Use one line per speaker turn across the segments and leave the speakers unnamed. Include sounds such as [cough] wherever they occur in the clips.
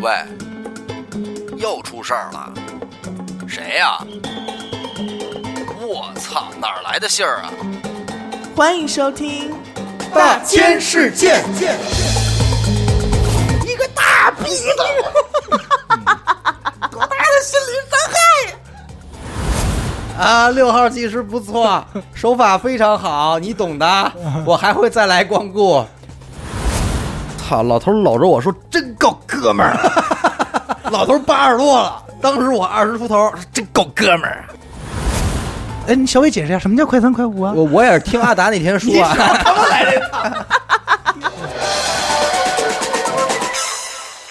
喂，又出事儿了，谁呀、我操，哪儿来的信儿啊？
欢迎收听
大千世界，
一个大逼
[laughs]
的，多大的心理伤害！
啊，六号技师不错，手法非常好，你懂 [laughs] 的。我还会再来光顾。操，老头搂着我说：“真够哥们儿。” [laughs] 老头八十多了，当时我二十出头，说真够哥们儿。
哎，你小伟解释一下什么叫快三快五啊？
我我也是听阿达那天说、啊， [laughs]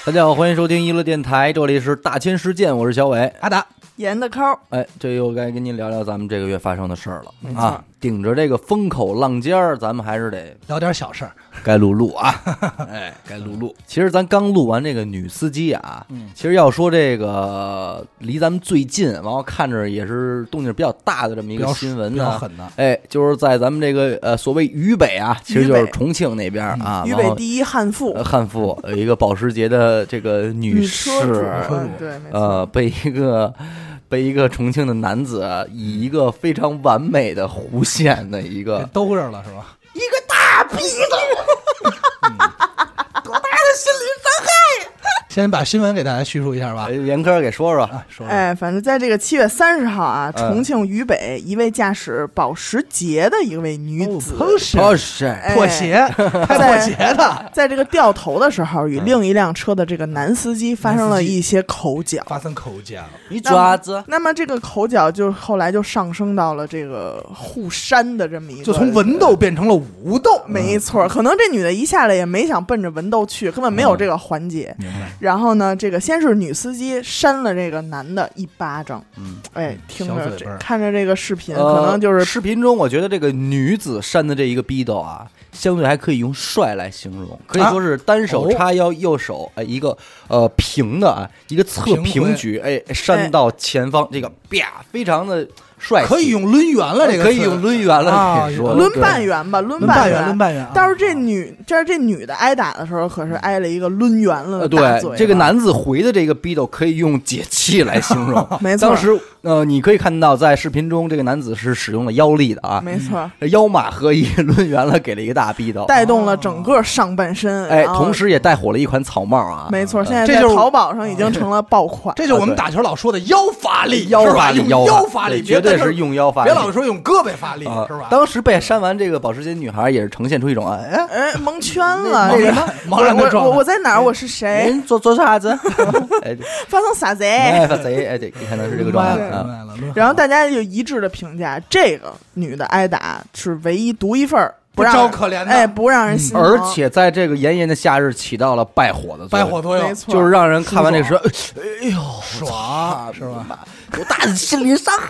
大家好，欢迎收听娱乐电台，这里是大千世界，我是小伟，阿达。
严的抠，
哎，这又该跟您聊聊咱们这个月发生的事儿了啊！顶着这个风口浪尖儿，咱们还是得
聊点小事儿，
该录录啊！哎，该录录。其实咱刚录完这个女司机啊，其实要说这个离咱们最近，然后看着也是动静比较大的这么一
比
个
较
新闻
比较
呢，
狠的。
哎，就是在咱们这个呃所谓渝北啊，其实就是重庆那边啊，
渝
然后
嗯北第一悍妇
呃，汉服有一个保时捷的这个女士，
车主，嗯对，没
呃，
错，
被一个被一个重庆的男子啊以一个非常完美的弧线的一
给
个，
兜着了是吧？
一个大逼的，多大的心理伤害！
先把新闻给大家叙述一下吧
哎。严科给说说，
啊，说说
哎，反正在这个七月三十号啊，
嗯
重庆渝北一位驾驶保时捷的一位女子，
哦，Porsche
哦是，
哎
破鞋，开破鞋
[laughs]
的，
在这个掉头的时候，与另一辆车的这个男司机发生了一些口角。
发生口角，
你爪子，
那么这个口角就后来就上升到了这个互扇的这么一个，
就
呃
从文斗变成了武斗。
没错，可能这女的一下来也没想奔着文斗去，根本没有这个环节。
嗯明白，
然后呢，这个先是女司机扇了这个男的一巴掌，
嗯，
哎，听
小
着
嘴
这
巴儿
看着这个视频，
呃
可能就是
视频中，我觉得这个女子扇的这一个逼斗啊，相对还可以用帅来形容，可以
啊
说是单手
哦
叉腰，右手哎一个呃平的啊，一个侧
平
平
挥
举，哎扇到前方，这个啪，非常的帅气，
可以用抡圆了，这个
可以
词
用抡圆了，
啊
可以说
抡
对
半圆吧，抡
抡半圆，
圆
抡。半圆啊。嗯
但是这女，但是这女的挨打的时候，可是挨了一个抡圆了
呃，
的大嘴巴。
对，这个男子回的这个逼斗可以用解气来形容。
[laughs] 没错
当时呃，你可以看到在视频中，这个男子是使用了腰力的啊，
没
哦
错，
腰马合一抡圆了，给了一个大逼斗。
带动了整个上半身。
哎，
然后
同时也带火了一款草帽啊，
没错，现在
这
在
就是
淘宝上已经成了爆款。
嗯这就是我们
啊对
打球老说的腰发力，
腰
是吧
发力，
用
腰
腰发力，
对绝
别
对
在这
是用腰发力。
别老说用胳膊发力，
啊
是吧？
当时被扇完这个保时捷女孩也是呈现出一种哎，
哎，蒙圈了，这个
茫然
我
的状
我
态
我在哪儿？我是谁？
哎您做做啥子？ [laughs] 哎，
发生啥贼？
哎，发贼哎，对，可能是这个状态
明白了，
啊。
明白了抡
然后大家就一致的评价，这个女的挨打是唯一独一份儿，让
不招可怜的
哎，不让人心
嗯
疼。
而且在这个炎炎的夏日起到了败火的作
掰
用。
火作
没
用，
错，
就是让人看完这个时候，
爽是吧？
多大的心灵伤害，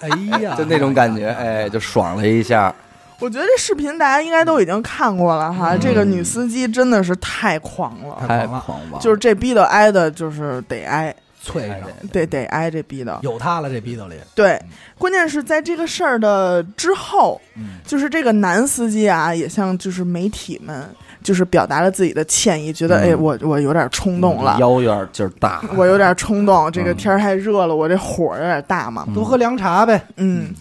哎呀，
[laughs] 就那种感觉，哎，就爽了一下。
我觉得这视频大家应该都已经看过了哈。这个女司机真的是太狂了，
太
太
狂了
狂妄，
就是这逼的挨的，就是得挨，
脆
哎
上，
得得挨这逼的。
有他了，这逼斗里，
对，关键是在这个事儿的之后，
嗯
就是这个男司机啊，也向就是媒体们就是表达了自己的歉意，觉得、哎，我我有点冲动了。
嗯腰有点劲儿大。
我有点冲动，这个
嗯
天儿太热了，我这火有点大嘛。
多喝凉茶呗。
嗯，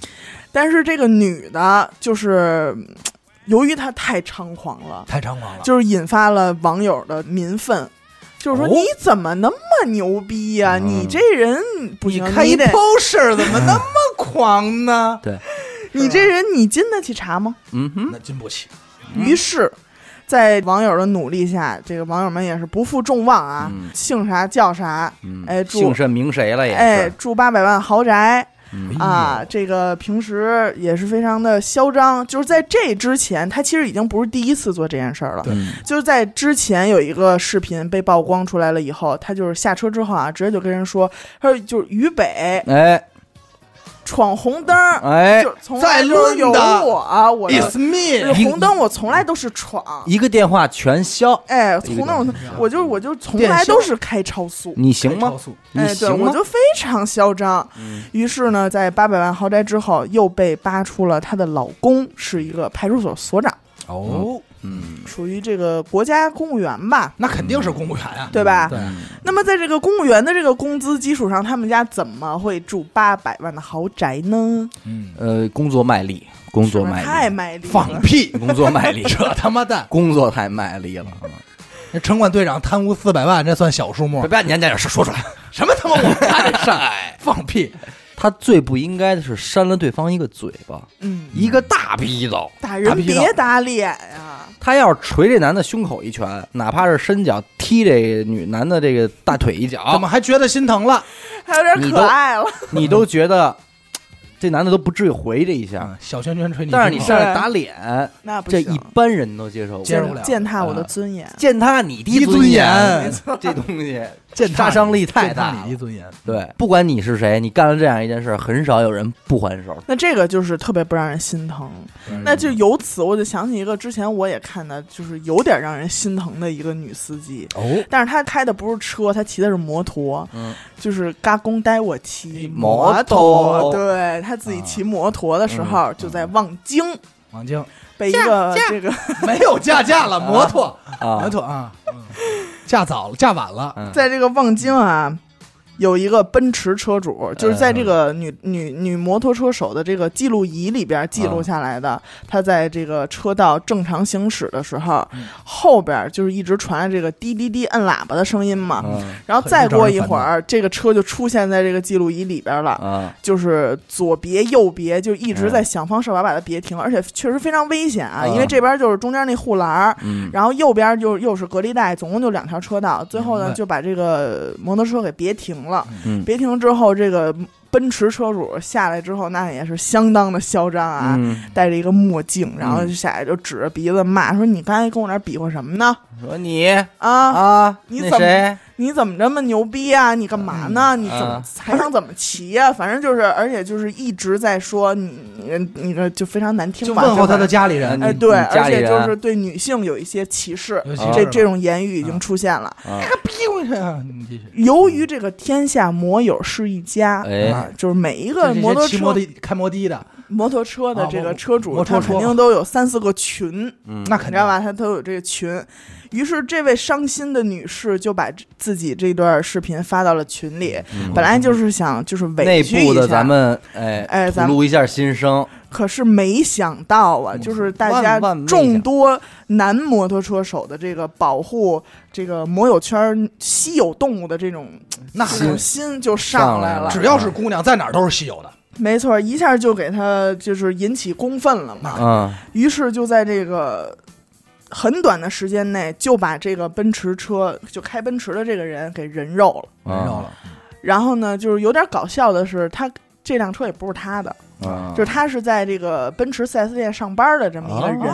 但是这个女的，就是嗯由于她太猖狂了，
太猖狂了，
就是引发了网友的民愤，就是说、
哦
你怎么那么牛逼呀、
嗯
你这人不行，
你嗯
你
看一
得
poster [laughs] 怎么那么狂呢？
对，
[laughs] 你这人你经得起查吗？
嗯哼，
那经不起，
于
嗯
是。在网友的努力下，这个网友们也是不负众望啊，
嗯
姓啥叫啥，
嗯
哎祝
姓甚名谁了也
哎，
是。
住八百万豪宅，
哎
嗯
啊，这个平时也是非常的嚣张，就是在这之前，他其实已经不是第一次做这件事儿了。
对
嗯
就是在之前有一个视频被曝光出来了以后，他就是下车之后啊，直接就跟人说，他说就是渝北
哎
闯红灯，
哎，
就从来
在
都是有
论的
我啊，我的
It's me，
这红灯我从来都是闯，
一个电话全消，
哎，从那种我就我就从来都是开超速，
你行
开超
吗？
速
你
哎，对，
行
我
吗？嗯
就非常嚣张。于是呢，在八百万豪宅之后，又被扒出了她的老公是一个派出所所长。
哦，
嗯
属于这个国家公务员吧，
那肯定是公务员啊。
对吧？
对
嗯
那么在这个公务员的这个工资基础上，他们家怎么会住八百万的豪宅呢？
嗯，
呃，工作卖力，工作
是不是太
卖力，
卖力
放
了。
屁！
[laughs] 工作卖力，
[laughs] 这他妈蛋！
工作太卖 [laughs] 力了。
那城管队长贪污四百万，这算小数目？
把你家那点事说出来。
[laughs] 什么他妈我
太晒，
放屁！
他最不应该的是扇了对方一个嘴巴，
嗯，
一个大逼斗。
打人
皮
别
了
打脸呀、
他要是捶这男的胸口一拳，哪怕是伸脚踢这女男的这个大腿 [laughs] 一
怎
脚，
么还觉得心疼了？
还有点可爱了。
你都觉得这男的都不至于回这一下。
啊，小拳拳捶你胸口，
但是你上来打脸，
那不
这
行，
一般人都接受
接
不
受
了。
不了
践踏我的尊严。
践踏你
一
的
尊
尊
严没
这东西
践踏
杀
你
伤力太
践踏
大
你一
了。
尊严。
对，不管你是谁，你干了这样一件事儿，很少有人不还手。
那这个就是特别不让人心疼，
嗯
那就由此我就想起一个之前我也看的，就是有点让人心疼的一个女司机，
哦，
但是她开的不是车，她骑的是摩托，
嗯
就是嘎公带我骑
摩
托，
托
对她自己骑摩托的时候、就在望京
王晶 [laughs]
被一个这个
没有驾驾了，摩托，
啊
摩，托啊，嗯驾早了，驾晚了，
嗯
在这个望京啊，有一个奔驰车主，就是在这个女、女女摩托车手的这个记录仪里边记录下来的，她在这个车道正常行驶的时候，后边就是一直传来这个滴滴滴摁喇叭的声音嘛。
嗯
然后再过一会儿，这个车就出现在这个记录仪里边了，
啊，
就是左别右别，就一直在想方设法把它别停，而且确实非常危险啊，
嗯
因为这边就是中间那护栏儿，
嗯，
然后右边就又是隔离带，总共就两条车道。最后
明
呢，
白
就把这个摩托车给别停了。
嗯
别停之后，这个奔驰车主下来之后，那也是相当的嚣张啊，
嗯，
戴着一个墨镜，然
嗯
后就下来就指着鼻子骂说：“你刚才跟我那儿比划什么呢？
说你
啊，
啊，
你
那
怎么
谁？
你怎么这么牛逼啊？你干嘛呢？你怎么
啊
还想怎么骑呀、反正就是，而且就是一直在说你你你这就非常难听
就
吧，
问候
就
他的
是
家里人
嗯你
哎，对，
你家
而
里
且
人
就是对女性有一些歧视，
尤其
啊
是嗯
这这种言语已经出现了。
啊
[laughs]
屁股上，你继续。
由于这个天下摩友是一家，
哎
啊，就是每一个
这
摩托
骑
车、
摩的开摩的的，
嗯
摩托车的
啊
这
摩
个车主，
摩
他
托
肯
车
定都有三四个群，
嗯，
那
你
肯
知
定
道吧？他都有这个群。于是，这位伤心的女士就把这自己这段视频发到了群里，
嗯
本来就是想就是委
内
屈一
部
下，
的咱们哎
哎咱
吐
们
露一下心声，
可是没想到啊，
嗯
就是大家
万万没
众
想
多男摩托车手的这个保护这个摩友圈儿稀有动物的这种
那
这
是
种心就
上
来
来了
只要是姑娘，在哪儿都是稀有的。
没错，一下就给他就是引起公愤了嘛。
嗯
啊于是就在这个很短的时间内，就把这个奔驰车就开奔驰的这个人给人肉了。
知
啊
道了，
然后呢，就是有点搞笑的是，他这辆车也不是他的，啊
嗯，
[laughs] 就是他是在这个奔驰 4S 店上班的这么一个人。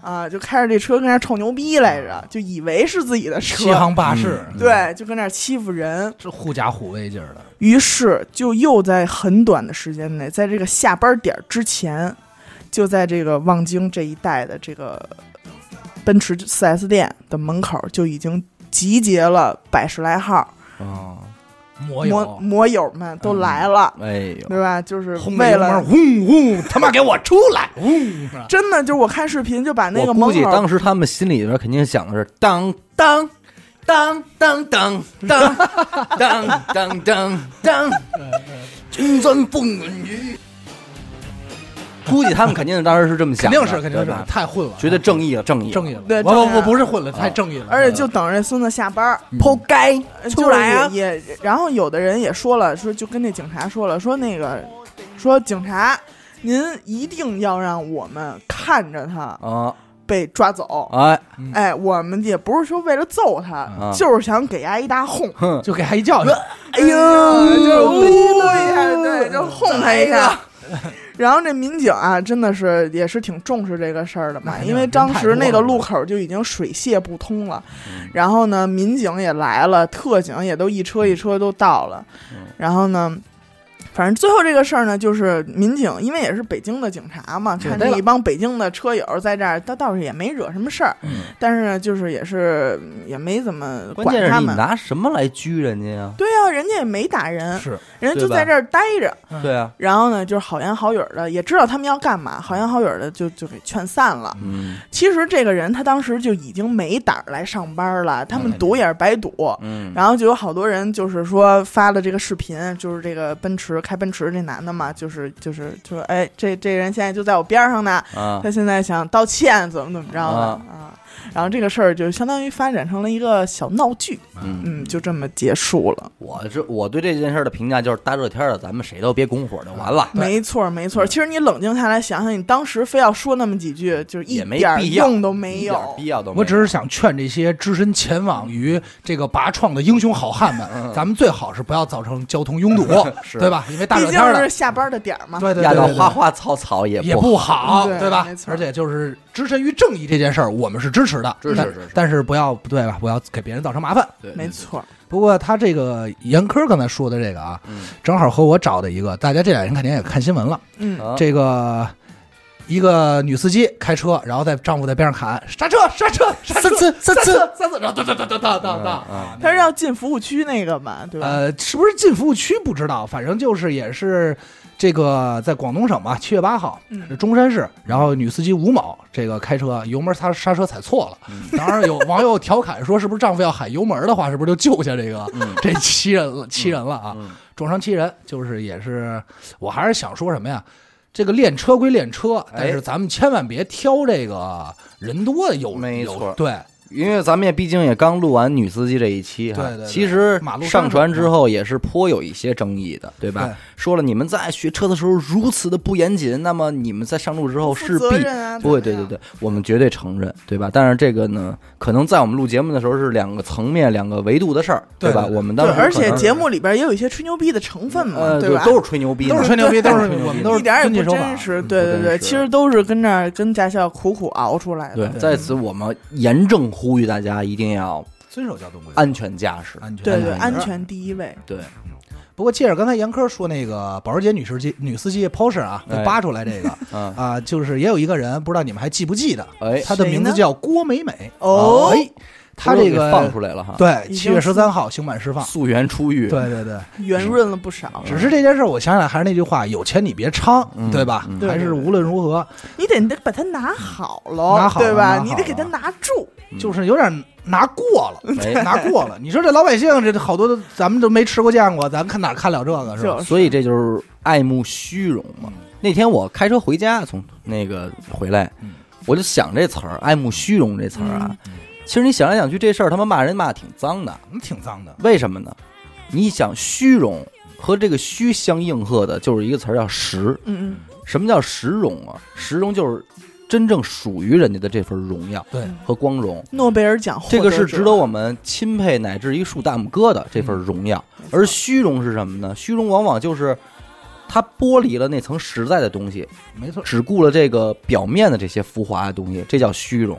啊，就开着这车跟那儿臭牛逼来着，就以为是自己的
欺
车，
行霸市，
嗯
对，就跟那儿欺负人。
这狐假虎威劲儿的。
于是就又在很短的时间内，在这个下班点儿之前，就在这个望京这一带的这个奔驰 4S 店的门口，就已经集结了百十来号
嗯
摩
摩
友，
摩友们都来了，
哎呦，
对吧？就是
轰着
为
油门
了
儿轰轰，他妈给我出来！轰！是吧
真的，就是我看视频就把那个
我
门
估计
口
当时他们心里边肯定想的是当当当当当当当当当
[laughs]
当，金砖风云雨。估计他们肯定当时是这么
肯
想的，
定是，肯定
对
是，
吧
太混了，
觉得正义了，啊正义了，
正义了。
对
我
正义
我
了
我不是混了，太正义了。
而且就等着这孙子下班儿，
活该
呃
出来啊
就是也也，然后有的人也说了，说就跟那警察说了，说那个，说警察，您一定要让我们看着他
啊！
被抓走。
哎，
哎，我们也不是说为了揍他，
嗯
就是想给他一大哄。
哼，
就给他一教训，
哎呦，就是对对对，就哄他一下。 [laughs] 然后这民警啊，真的是也是挺重视这个事儿的
那
哎
嘛，
肯定
因为当时那个路口就已经水泄不通了，
嗯
然后呢，
嗯
民警也来了，特警也都一车一车都到了，然后呢，反正最后这个事儿呢，就是民警，因为也是北京的警察嘛，
对
看
对
这
了
一帮北京的车友在这儿，他倒是也没惹什么事儿，但是呢，就是也是嗯也没怎么
嗯关键
管
是
他
你
们。
拿什么来拘人家呀？
对啊，人家也没打人，
是
人家
对
就
吧
在这儿待着。
嗯
对啊，
然后呢，就是好言好语儿的，也知道他们要干嘛，好言好语儿的就就给劝散了。
嗯
其实这个人他当时就已经没胆儿来上班了，他们赌也是白赌。
哎嗯，
然后就有好多人就是说发了这个视频，就是这个奔驰开奔驰这男的嘛，就是就是就说哎，这这人现在就在我边儿上呢，
啊，
他现在想道歉，怎么怎么着的
啊
啊。然后这个事儿就相当于发展成了一个小闹剧，
嗯，
嗯，就这么结束了。
我这我对这件事儿的评价就是大热天儿的，咱们谁都别拱火就完了。
没错儿，没错儿。
嗯
其实你冷静下来想想，你当时非要说那么几句，就是一
也没
点儿
必要
用都
一
没
点
有
必。要都没有。
我只是想劝这些只身前往于这个拔创的英雄好汉们，咱们最好是不要造成交通拥堵，
嗯 [laughs] 是
对吧？因为大
毕
热天
竟
儿
是
的，
下班的点儿嘛。
对对
压
对
到
对
花
对，
花草草也
也
不
不
好。
好，
对
对吧
没？错
而且就是只身于正义这件事儿，我们是支持的，
支持
但
支持
但是不要不对吧？不要给别人造成麻烦。
对
没，错儿，
不过他这个严科刚才说的这个啊，
嗯
正好和我找的一个，大家这两天肯定也看新闻了，
嗯，
啊
这个。一个女司机开车，然后在丈夫在边上喊刹车刹车刹车 [laughs] 刹车刹车，然后哒哒哒哒哒哒哒
嗯嗯
啊，
他是要进服务区那个吧，对
啊
吧？
呃，是不是进服务区不知道，反正就是也是这个在广东省嘛，七月八号，
嗯
中山市，然后女司机吴某这个开车油门刹刹车踩错了，
嗯
当然有网友调侃说，是不是丈夫要喊油门的话，是不是就救下这个、
嗯
这七人了七人了啊？
嗯
撞伤七人，就是也是，我还是想说什么呀？这个练车归练车，但
哎
是咱们千万别挑这个人多的有
没
有
错
对，
因为咱们也毕竟也刚录完女司机这一期哈，
对对对
其实
马路上
上传之后也是颇有一些争议的，对吧？
对
说了你们在学车的时候如此的不严谨，那么你们在上路之后势
负责
必
任啊，
不会，
怎
对
么
对对，
样，
我们绝对承认，对吧？但是这个呢，可能在我们录节目的时候是两个层面、两个维度的事儿，
对
吧？
对对
我们当时
对，而
可
且
能
节目里边也有一些吹牛逼的成分嘛，
呃，
吧？
都是吹牛逼的，
都是吹牛逼，
都
都
是
是
吹牛逼
我们都
一点儿也
遵纪
不
守法
真。实，对对
嗯不
对，
真实
其实都是跟那儿跟驾校苦苦熬出来
对
的。，
在此我们严正呼吁大家一定要
遵守交通规则，
安全驾驶，
安全
对对，
安
安
全
全第一位。
对，
不过，借着刚才严科说那个保时捷女司机女司机 Porsche 啊，
哎
被扒出来这个
[laughs] 嗯，
啊，就是也有有一个人，不知道你们还记不记得，
哎，
她的名字
谁呢
叫郭美美。
嗯
哦，
哎，她这
给
个
放出来了哈，
对
已
七
经
月
是
十三号刑满释放。
溯源出狱，
对对对，
圆润了不少。
只是这件事，我想想还是那句话，有钱你别猖，
嗯
对吧
嗯？
对
还
对
是
对
无论如何，
你得你得把它拿好喽，
拿好了
对
拿
吧？
好
你得给它
了
拿住。
嗯
就是有点拿过了，
哎
[laughs] 拿过了。你说这老百姓，这好多都咱们都没吃过见过，咱看哪看了这个是吧？
就
所以这就是爱慕虚荣嘛。那天我开车回家，从那个回来
嗯，
我就想这词儿“爱慕虚荣”这词儿啊。其实你想来想去，这事儿他妈骂人骂得挺脏的，
挺脏的，
为什么呢？你想虚荣和这个虚相应和的，就是一个词儿叫实。
嗯嗯，
什么叫实荣啊？实荣就是真正属于人家的这份荣耀
对
和光荣，
诺贝尔奖获
这个是
者
值得我们钦佩乃至一竖大拇哥的这份荣耀。
嗯没错
而虚荣是什么呢？虚荣往往就是它剥离了那层实在的东西，
没错。
只顾了这个表面的这些浮华的东西，这叫虚荣。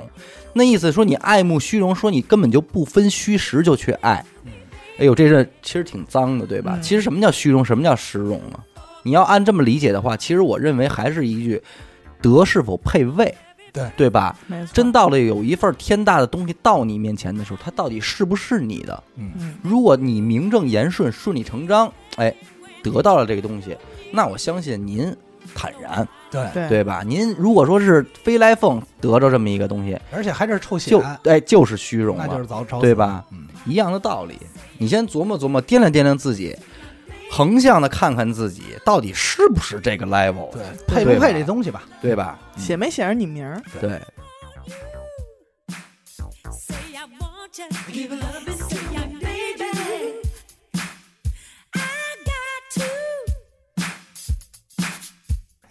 那意思说你爱慕虚荣，说你根本就不分虚实就去爱。哎呦，这是其实挺脏的，对吧？
嗯
其实什么叫虚荣，什么叫实荣呢？你要按这么理解的话，其实我认为还是一句德是否配位，
对
对吧？
没错
真到了有一份天大的东西到你面前的时候，它到底是不是你的？
嗯
如果你名正言顺、顺理成章，哎，得到了这个东西，那我相信您坦然，
对，
对
对吧？您如果说是飞来凤得着这么一个东西，
而且还是臭显
就，哎就是虚荣
那就是
了，
早找死
对？吧？
嗯，
一样的道理，你先琢磨琢磨，掂量掂量自己，横向的看看自己到底是不是这个 level，
对，配不配这东西吧？
对吧？
写没写着你名儿？
对，
Say I want you, give it up and say I need you. I got to.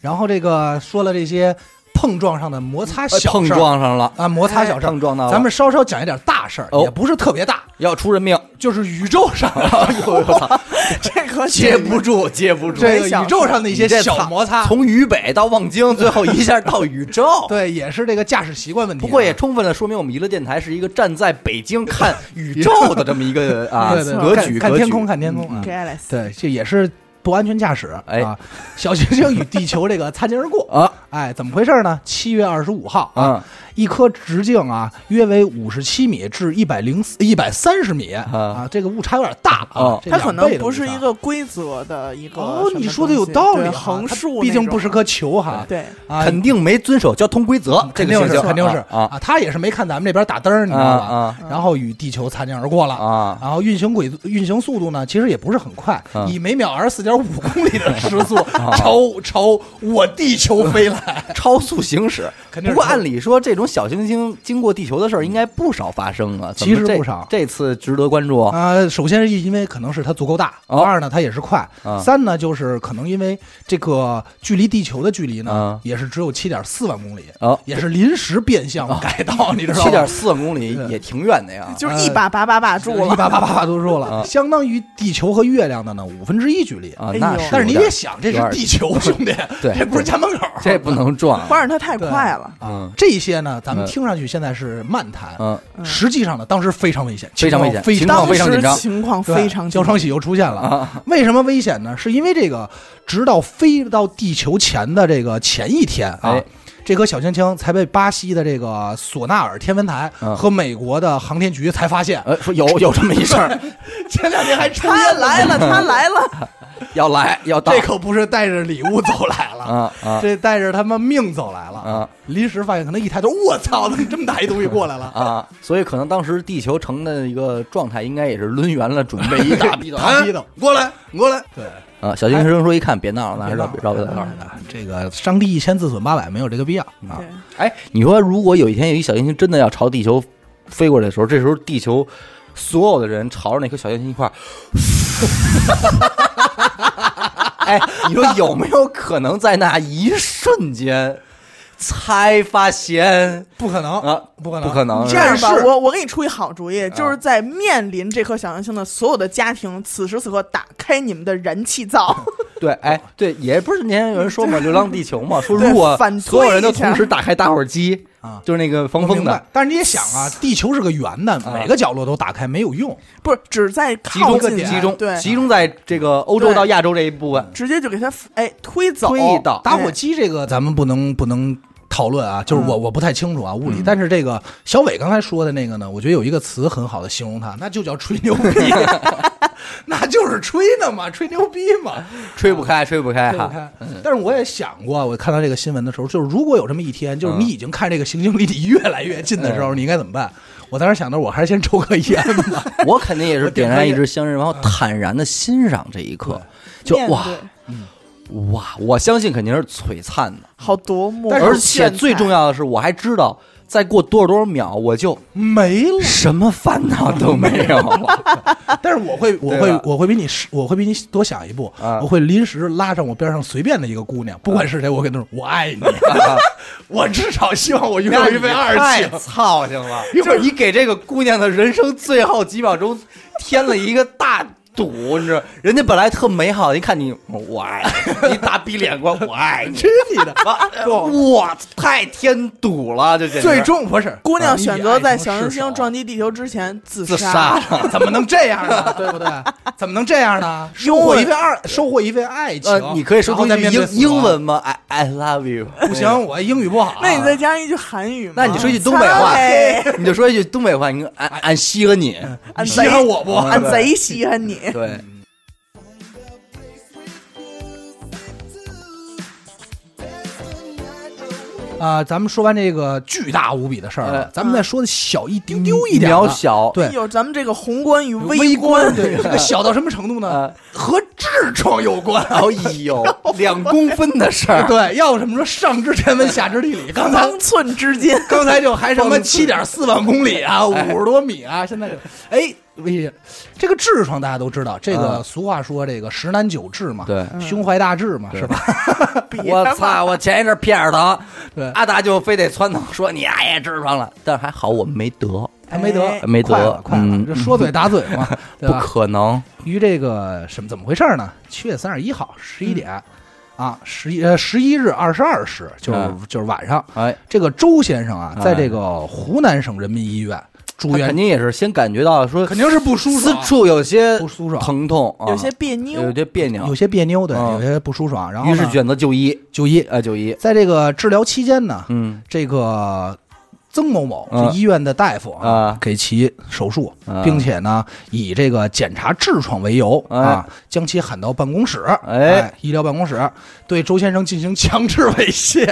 然后这个说了这些碰撞上的摩擦
哎
小
碰
事儿
撞上了，
啊，摩擦小事儿，
碰撞到了
咱们稍稍讲一点大事儿，
哦
也不是特别大，
要出人命，
就是宇宙上啊
[laughs] 哎我操，
这可
接
写
不住，接不住。
这个宇宙上的一些小摩擦，
从渝北到望京，最后一下到宇
[laughs]
宙。
对，也是这个驾驶习惯问题啊。
不过也充分的说明我们娱乐电台是一个站在北京看宇宙的这么一个啊
对对对 [laughs]
格
看
局，
看
格局嗯
天空，看天空啊。
给 Alice。
对，这也是。不安全驾驶，
哎
啊， [laughs] 小行星与地球这个擦肩而过
[laughs] 啊，
哎，怎么回事呢？七月二十五号啊，
啊
一颗直径啊约为五十七米至一百零一百三十米
啊
啊，这个误差有点大啊
哦，
这
它
两
可
倍
能
的
不
误
是
差
一个规则的一个
哦
什，么
你说的
东
有
西
道
对
理啊，
横
它
竖
毕
那
竟
种
不是颗球哈，
对
啊，嗯
肯定没遵守交通规则，这个
肯定
行
是
星
肯定是
啊
他也是没看咱们这边打灯儿，你知道吧？
啊
然后与地球擦肩而过了
啊啊！
然后运行轨运行速度呢，其实也不是很快，
啊
以每秒二十四点五公里的时
[laughs]
速
哦
朝朝我地球飞来。
超速行驶，
肯定
不过
是
按理说这种小行星经过地球的事儿应该不少发生啊，
其实
怎么这
不少
这次值得关
[laughs]
注
啊、首先是因为可能是它足够大，
哦
二呢它也是快，
啊
三呢就是可能因为这个距离地球的距离呢，
啊
也是只有七点四万公里，
啊，
也是临时变相改道，你知道吗？
哦七点四万公里也挺远的呀，
就是一把把把把住
呃一
了，
八八八八都住
啊
了，相当于地球和月亮的呢五分之一距离
啊，
哎
那
呦
是有点，
但是你也啊想，这
有
是
点
地球，兄弟，
[laughs] 对
这不是家门口，
这不能撞，啊
关键它太
对
快了。
嗯
这些呢，咱们
嗯
听上去现在是漫谈，
嗯，
嗯
实际上呢，当时非常危险，
非常危险
情况
情况
当
非常
非常紧
时
张
情况
对
非常紧
交
张
叉喜又出现了
啊。
为什么危险呢？是因为这个，直到飞到地球前的这个前一天啊
哎，
这颗小行星才被巴西的这个索纳尔天文台
嗯
和美国的航天局才发现。
呃，说有有这么一事
[laughs]
儿，
前两天还出
[laughs]
他来
[laughs]
了，他来了，
要来要到
这可不是带着礼物走来了，
啊啊
这带着他们命走来了。
啊
临时发现，可能一抬头，我操，怎么这么大一东西过来了？
啊，所以可能当时地球城的一个状态应该也是抡圆了，准备一
[laughs]
大逼斗，
大逼斗
哎过来你过来
对，
啊！小金生说一看别闹了，那
哎别
是绕
闹
绕不
了别
到
闹。了这个伤敌一千自损八百，没有这个必要啊。
对
哎，你说如果有一天有一小行星真的要朝地球飞过来的时候，这时候地球所有的人朝着那颗小行星一块儿，哎，你说有没有可能在那一瞬间才发现
不可能
啊？
不可能
不可能！
这样吧
但，是啊
我我给你出一好主意，就是在面临这颗小行星的所有的家庭，此时此刻打开你们的燃气灶，
对，哎，对，也不是年前有人说嘛，《流浪地球》嘛，说
对
如果
反推
所有人都
一下
同时打开打火机
啊
就是那个防
我
风
明白
的，，啊
但是你也想啊，地球是个圆的，每个角落都打开没有用。
不是只在
集
靠
中
近
集中
对，
集中在这个欧洲
对
到亚洲这一部分，
直接就给它哎推走，
推哎一道
打火机这个咱们不能不能讨论啊，就是我
嗯
我不太清楚啊物理，但是这个小伟刚才说的那个呢，我觉得有一个词很好的形容它，那就叫吹
[laughs]
牛逼，那就是吹呢嘛，吹牛逼嘛。
吹不开，吹不开
对，我
哈。
看，
嗯
但是我也想过，我看到这个新闻的时候，就是如果有这么一天，
嗯
就是你已经看这个行星离你越来越近的时候，你应该怎么办？我当时想的，我还是先抽个烟
[laughs]
吧。
[laughs] 我肯定也是点
点
燃
燃
一
一
支香烟，然后坦然的欣赏这一刻，就
面
哇
对
哇，我相信肯定是璀璨的，
好夺目，
但是
而且最重要的是，我还知道再过多少多少秒我就
没了。
什么烦恼都没有 [laughs] 了。
但是我会，我
对
会
吧，
我会比你是，我会比你多想一步
啊。
我会临时拉上我边上随便的一个姑娘，不
啊
管是谁，我跟她说我爱你。 [laughs] 我至少希望我拥有一位二
太
性。
操心了，就是你给这个姑娘的人生最后几秒钟添了一个大赌，你知道，人家本来特美好，一看你，我爱你，你大逼脸光，我爱你，
真你的，
哇，太添堵了，这简直
哎最终不是啊
姑娘选
哎
择在小
小
行星撞击地球之前自
自
杀
杀，了。
[laughs] 怎么能这样呢？ [laughs] 对不对？怎么能这样呢？
因
收
为
获一份爱，收获一份爱情。
呃，你可以说出一
然后
句
再面对
英
死亡
英文吗？I I love you。哎
不行，嗯我英语不好。
那你再加上一句韩语吗？
那你说一句东北话
哎，
你就说一句东北话，你俺
哎
俺稀罕 [laughs] 你。
俺
稀
贼
罕我不？
俺贼稀罕你。
对，
啊，咱们说完这个巨大无比的事儿了
哎，
咱们再说的小一丢丢一点的，
嗯渺小。
对
哎呦，咱们这个宏观与
微
观，
[laughs]
对，这个小到什么程度呢
啊？
和痔疮有关。啊
哎呦，两公分的事儿，
对，要不怎么说上知天文下知地理？刚才
方寸之间，
刚才就还什么七点四万公里啊，五十多米啊，现在就哎，危险！这个痔疮大家都知道，这个
嗯
俗话说这个十男九痔嘛，
对
胸怀大志嘛，是吧？
哎 [laughs]
别
我
吧
操！我前一阵骗着他，
[laughs] 对
阿达就非得撺掇说你哎呀痔疮了，但是还好我没得，
还没得
哎，
没得
快了，快了
嗯，
这说嘴打嘴嘛，
[laughs]
对
不
吧？
可能。
于这个什么怎么回事儿呢？七月三十一号十一
嗯
点、啊，十一呃十一日二十二时，就是、
嗯
就是晚上，
哎，
这个周先生啊
哎，
在这个湖南省人民医院住
他
院
肯，定也是先感觉到说
肯定是不舒
私
爽，
处有些
不舒爽，
疼痛，啊
有些别扭
有。些别扭
有，些别扭，对，
嗯
有些不舒爽。然后
于
呢
是选择就医，
就医，
啊，就医，
在这个治疗期间呢，
嗯
这个曾某某
嗯
就医院的大夫
啊
给其手术
啊，
并且呢以这个检查痔疮为由
哎
啊，将其喊到办公室，
哎
哎，医疗办公室对周先生进行强制猥亵，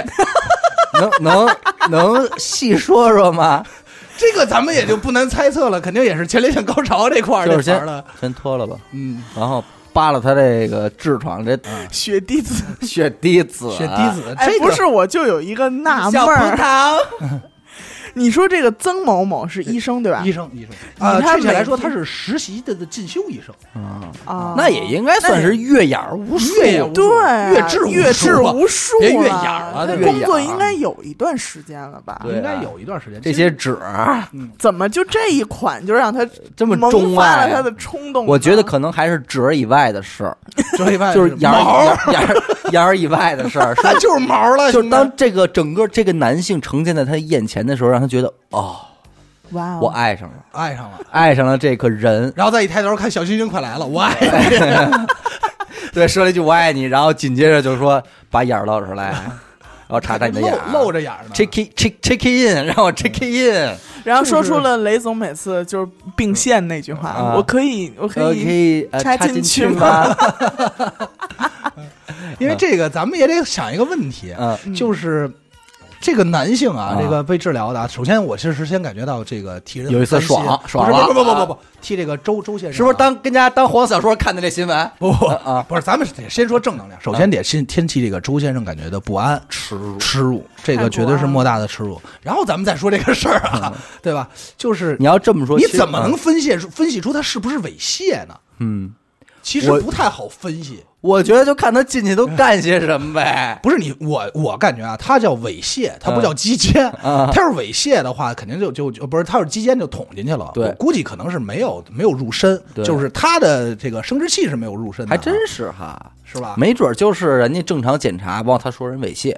能能能细说说
[laughs]
吗？
这个咱们也就不难猜测了，肯定也是前列腺高潮这块儿
就是
这
先
玩了，
先脱了吧，
嗯，
然后扒了他这个痔疮这
雪滴子，
[laughs] 血滴子，啊
血滴子，
哎，
这
不
个
是，我就有一个纳闷
小葡
儿，
萄，
你说这个曾某某是医生对吧
[laughs] 医？生医生啊，
看
确切来
每
说他
天
是实习的进修医生，
啊，
那也应该算是阅眼儿无数，
阅眼无数
对啊，
阅至无数
阅至无数，
别越眼儿了
这
越眼儿
工作应该有一段时间了吧？
对啊
应该有一段时间
这些纸啊儿
怎么就这一款就让他
这么
萌
钟
发
爱
了他的冲动呢？
我觉得可能还是纸儿以外的事儿，
就是一般
就是眼儿
哎毛儿，
眼儿眼儿眼儿以外的
[laughs]
事儿，说
那就是毛了，
就是
兄弟
当这个整个这个男性呈现在他眼前的时候，让他觉得哦，
哇哦，
我爱上了，
爱上了。
爱上了这个人。 [laughs]
然后再一抬头看小星星快来了，我爱
哎对，说了一句我爱你，然后紧接着就说把眼儿露出来，然后查查你的眼儿，啊
露露着眼儿呢。
check it- check check
[laughs]
in，让我 check in，
然后说出了雷总每次就是并线那句话，
啊
我可以，我可
呃，可
以，
以呃
插
插
进
进
去
去吗？
因为这个咱们也得想一个问题，
[laughs] 嗯，
就是这个男性
啊，
啊这个被治疗的啊，首先我其实先感觉到这个替人
有一次
担心
爽
不是
爽了啊
不不不不不不，替这个周周先生啊
是不是当跟家当黄小说看的这新闻？
不不
啊
不是，咱们得先说正能量，首先得先天气这个周先生感觉到不安、耻辱、耻辱，这
太
个
不
绝对是
安
莫大的耻辱。然后咱们再说这个事儿啊，
嗯
对吧？就是
你要这么说，
你
其实
怎么能分析出分析出他是不是猥亵呢？
嗯？
其实
我
不太好分析。
我觉得就看他进去都干些什么
[laughs]
呗。
不是你，我我感觉啊，他叫猥亵，
嗯
他不叫鸡奸。
啊
他要是猥亵的话，肯定就就就不是，他要是鸡奸就捅进去了。
对
我估计可能是没有没有入深，
对
就是他的这个生殖器是没有入深的啊，
还真是哈，
是吧？
没准儿就是人家正常检查，往他说人猥亵，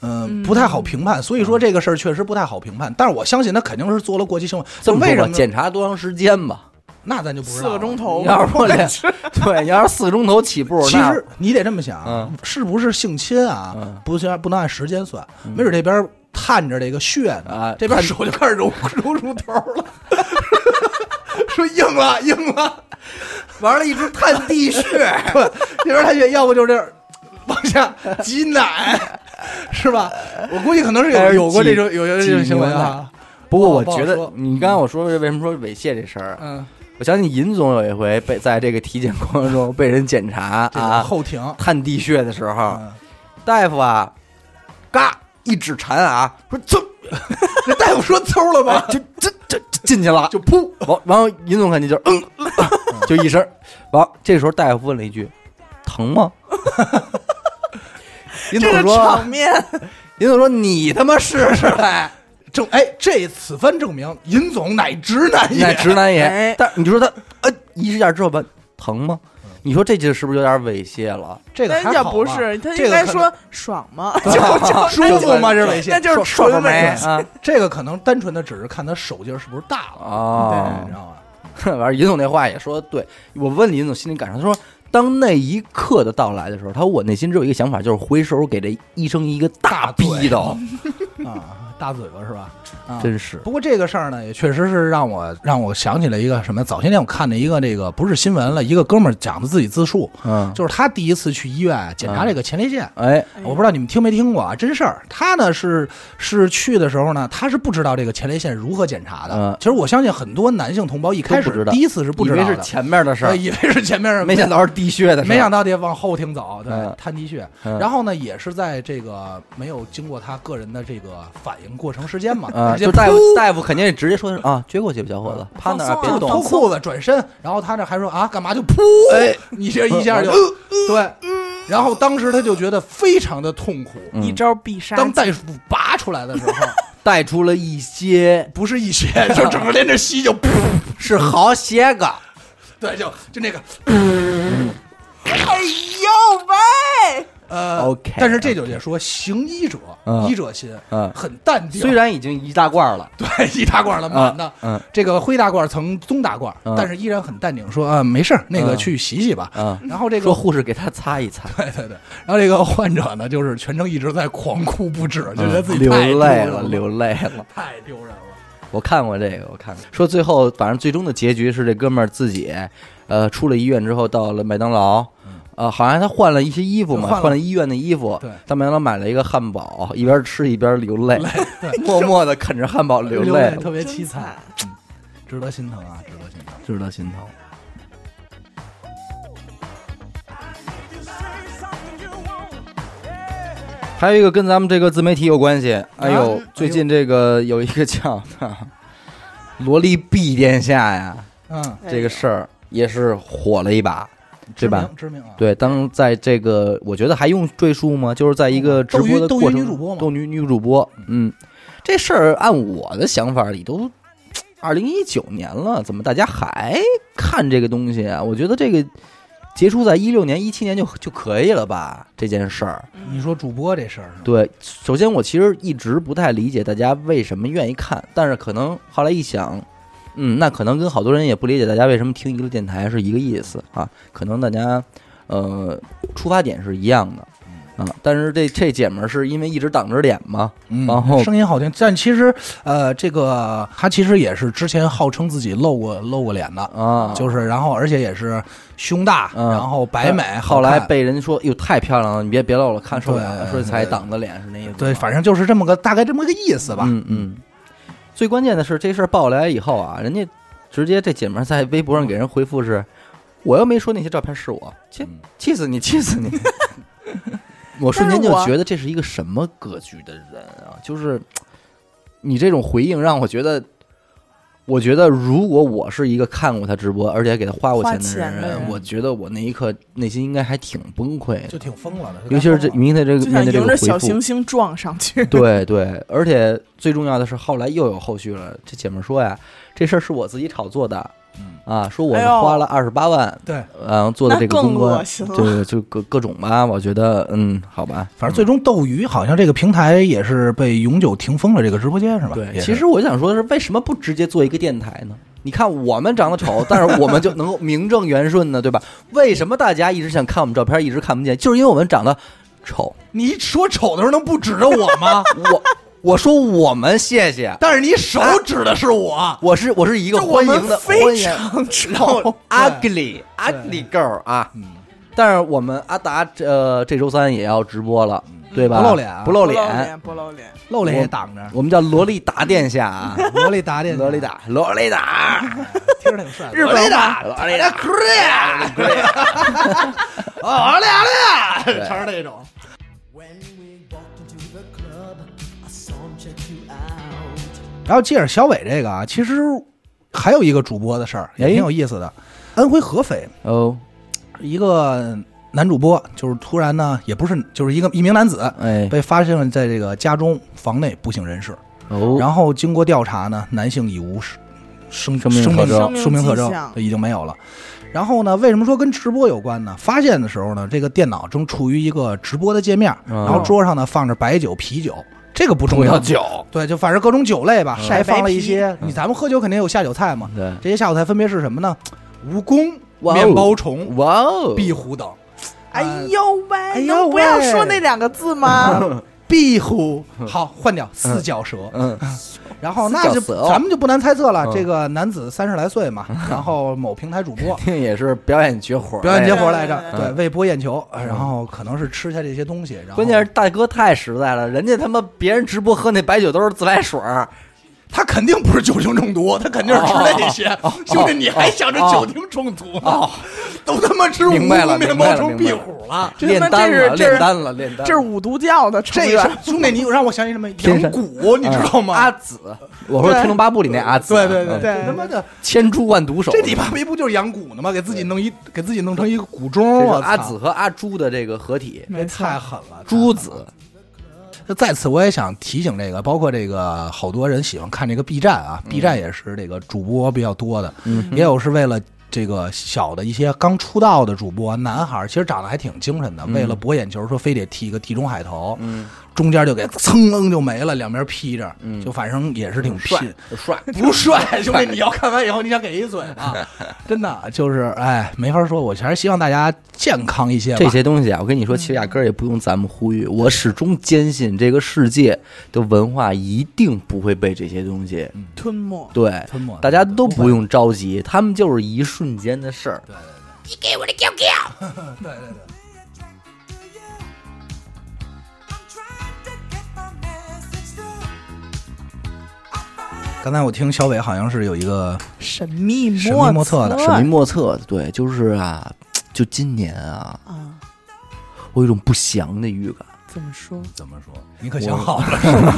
嗯，不太好评判，所以
嗯
说这个事儿确实不太好评判。但是我相信他肯定是做了过激行为。
这么
为
说吧，
什么呢？哦
检查多长时间吧？
那咱就不知
四
道
个
了
钟。头
你，要是说这，对，你要是四个钟头起步，
其
那
实你得这么想，
嗯
是不是性侵啊？不行，不能按时间算，没准这边探着这个血呢，
嗯啊
这边手就开始揉 [laughs] 揉出头了， [laughs] 说硬了硬了，
玩了一只探地 [laughs] 穴，
对这边探血，要不就是这儿往下挤奶， [laughs] 是吧？我估计可能是
哎
有有过
挤
这种有有这种行为啊。
不过我
不好
觉得
说，
你刚才我说为什么说猥亵这事儿，
嗯，
我相信尹总有一回被在这个体检过程中被人检查
这个
啊，
后庭
探地穴的时候，
嗯
大夫啊，嘎一指禅啊，说
[laughs]
噌，
那大夫说邹了吗？
[laughs] 就这这这进去了，
就噗，
完完后尹总肯定就是嗯，就一声，完这时候大夫问了一句，疼吗？
[laughs]
尹总
这个
说
场，面，
尹总说你他妈试试呗。
[laughs]
证哎，这此番证明尹总乃直男也。
那直男也
哎，嗯
但你说他呃一下之后吧，疼吗？你说这劲是不是有点猥亵了？
这个
但
还
要
好
不
吧
是他
这个
应该
可能
说爽吗？
就就舒服吗？这是猥亵，
那就是
说
纯
说没
猥亵。 [laughs]
啊
这个可能单纯的只是看他手劲儿是不是大了，
啊
哦
你知！道吗？
[laughs] 完了，尹总那话也说的对，我问了尹总心里感受，他说当那一刻的到来的时候，他说我内心只有一个想法，就是回手给这医生一个大逼斗，
啊，大嘴巴是吧？啊，
真是
不过这个事儿呢，也确实是让我让我想起来一个什么？早些年我看的一个这个不是新闻了，一个哥们儿讲的自己自述，
嗯，
就是他第一次去医院检
嗯
查这个前列腺，
哎，
哎
我不知道你们听没听过啊，真事儿。他呢是是去的时候呢，他是不知道这个前列腺如何检查的。
嗯
其实我相信很多男性同胞一开
都不知
始
道
第一次是不
以
知道
为
的，
是前面的事儿
对，以为是前面
[laughs] 没想到是滴血的事儿，
没想到得往后厅走，对
嗯，
摊滴血。
嗯
然后呢，也是在这个没有经过他个人的这个反应过程时间嘛，
啊，
直
就
接
大夫
噗
大夫肯定直接说的是啊，撅过去吧，小伙子，趴那儿别
放松
脱
动
啊，
裤子转身，然后他那还说啊，干嘛就噗？
哎，嗯
你这一下就对，然后当时他就觉得非常的痛苦。
嗯
一招必杀技，
当大夫拔出来的时候，
带出了一些
不是一血，
[laughs]
就整个连着吸就噗， [laughs]
是好些个。
对，就就那个，
哎呦喂！
呃
OK，
但是这就得说行医者，
嗯
医者心，
嗯
很淡定。
虽然已经一大罐了，
[laughs] 对一大罐了满的，
嗯
这个灰大罐曾棕大罐，
嗯
但是依然很淡定，说啊没事儿，那个
嗯
去洗洗吧。
嗯，
然后这个
说护士给他擦一擦，
[laughs] 对对对，然后这个患者呢，就是全程一直在狂哭不止，就觉得自己
嗯流
太丢
泪
人
了，
了，
流泪了。
太丢人了。
我看过这个，我看过。说最后，反正最终的结局是这哥们儿自己，呃，出了医院之后到了麦当劳，呃，好像他换了一些衣服嘛，
换了
换了医院的衣服，
对
到麦当劳买了一个汉堡，一边吃一边流 [laughs] 泪，
对
默默的啃着汉堡流
流
泪，
特别
真
凄
惨，
惨
啊
嗯值得心疼啊，值得心疼。
值得心疼。还有一个跟咱们这个自媒体有关系，哎呦，最近这个有一个叫 [laughs] 萝莉 B 殿下呀，
嗯，
哎
这个事儿也是火了一把，对
知
吧
名？知名啊，
对，当在这个，我觉得还用赘述吗？就是在一个直播的
嗯斗鱼
过程，
斗鱼女主播嘛
斗女女主播，嗯，这事儿按我的想法里都二零一九年了，怎么大家还看这个东西啊？我觉得这个结束在一六年、一七年就就可以了吧？这件事儿，
你说主播这事儿是吧？
对，首先我其实一直不太理解大家为什么愿意看，但是可能后来一想，嗯，那可能跟好多人也不理解大家为什么听一个电台是一个意思啊，可能大家呃出发点是一样的。啊，但是这这姐们儿是因为一直挡着脸嘛，
嗯
然后
声音好听，但其实，呃，这个他其实也是之前号称自己露过露过脸的，
啊，
就是然后而且也是胸大，
嗯
然后白美，
后
好
来
看
被人说哟太漂亮了，你别别露了，看受不了了，
对
所以才挡着脸是那意思吗。
对，反正就是这么个大概这么个意思吧。
嗯嗯。最关键的是这事儿爆来以后啊，人家直接这姐们儿在微博上给人回复是：“我又没说那些照片是我，气
嗯
气死你，气死
[laughs]
你！” [laughs] 我瞬间就觉得这是一个什么格局的人啊！就是你这种回应让我觉得，我觉得如果我是一个看过他直播而且给他花过
花
钱的
钱的人
我觉得我那一刻内心应该还挺崩溃的
就，挺疯了的，
尤其是这明天这个
哦就
面
想
对这
迎
个
着
回
小
复
行。星撞上 [laughs] 去。
对对，而且最重要的是，后来又有后续了。这姐们说呀，这事儿是我自己炒作的，
嗯
啊，说我
哎
们
呦
花了二十八万，
对，
嗯、做的
那
这个公
更
关
恶心，了
对，就各各种吧。我觉得，嗯，好吧，
反正最终斗鱼好像这个平台也是被永久停封了，这个直播间是吧？也是
其实我想说的是，为什么不直接做一个电台呢？你看我们长得丑， [laughs] 但是我们就能够名正言顺呢，对吧？为什么大家一直想看我们照片，一直看不见？就是因为我们长得丑。
你一说丑的时候能不指着我
[laughs]
吗？
我我说我们谢谢，
但是你手指的是我，
我是我是一个
就我
欢
们
迎的欢
非
迎。
常
然后
丑，
ugly ugly girl 啊，
嗯
但是我们阿达这、呃、这周三也要直播了，对吧？
不露脸啊
不露
不
脸，
露脸，不露脸。
露脸也嗯挡着，
我们叫萝莉达殿下啊，
萝莉打点
萝莉达，萝莉
[laughs]
达，
听着挺帅的。
日本话
萝
哎
莉达， [laughs]
啊，俩俩，全是那种。
When we walked into the club, I saw him check you out.
然后接着小伟这个啊，其实还有一个主播的事儿
哎
也挺有意思的，安徽合肥
哦，
一个男主播，就是突然呢，也不是，就是一个一名男子
哎，
被发现在这个家中房内不省人事，
哦，
然后经过调查呢，男性已无生生
生命
生
特
命
征
生命特
生命
征
迹象
已经没有了。然后呢，为什么说跟直播有关呢？发现的时候呢，这个电脑正处于一个直播的界面，
嗯
然后桌上呢放着白酒、啤酒，这个不重要，
酒，
对，就反正各种酒类吧，还
晒白
放了一
啤
些。你咱们喝酒肯定有下酒菜嘛，
对，
这些下酒菜分别是什么呢？蜈蚣、
哇哦
面包虫、
哇哦，
壁虎等。
哎呦喂！
哎呦
能不要
喂
说那两个字吗？
壁虎，好，换掉四脚蛇。
嗯，
然后
四
那
脚
就
蛇哦
咱们就不难猜测了。
嗯，
这个男子三十来岁嘛，然后某平台主播
听也是表演绝活，
表演
哎
绝活来着，
对
对，为博眼球，然后可能是吃下这些东西，然后
关键是大哥太实在了，人家他妈别人直播喝那白酒都是自来水儿，
他肯定不是酒精中毒，他肯定是吃那些。兄弟，你还想着酒精中毒呢？都他妈吃
明白了
蜈蚣、面包虫、
明白
壁
了
虎了。
这
炼
他妈
丹
这是
了，
这
炼
是
丹了，炼丹了。
这是五毒教的成
这
员
是。兄弟，你让我想起什么
天山
羊骨，你知道
嗯
吗？
阿紫，我说《天龙八部》里那阿紫啊，
对对对
嗯
对
这他妈的，
千株万毒手，
这你妈逼不就是养蛊呢吗？给自己弄一给自己弄成一个蛊
嗯这
钟，
是
我操
阿紫，和阿朱的这个合体，
这太狠了，
朱子，
嗯那在此我也想提醒这个，包括这个
嗯
好多人喜欢看这个 B 站啊、b 站也是这个主播比较多的，也有是为了这个小的一些刚出道的主播男孩儿，其实长得还挺精神的，
嗯
为了博眼球，说非得剃个地中海头，嗯，中间就给蹭楞就没了，两边披着，就反正也是挺拼。
嗯帅，
[laughs]
[laughs]
不帅，兄弟，你要看完以后，你想给一嘴啊！真的就是，哎，没法说，我还是希望大家健康一些吧。
这些东西啊，我跟你说，其实压根儿也不用咱们呼吁。我始终坚信，这个世界的文化一定不会被这些东西
嗯
吞没。
对
吞没
大家都不用着急，他们就是一瞬间的事儿。
to you. I'm trying to get my message through. I find
刚才我听小伟好像是有一个
神秘
神秘莫测
测
的
神秘莫测，对，就是啊，就今年啊，
啊，
我有一种不祥的预感。
怎么说？
怎么说？你可想好了是吗？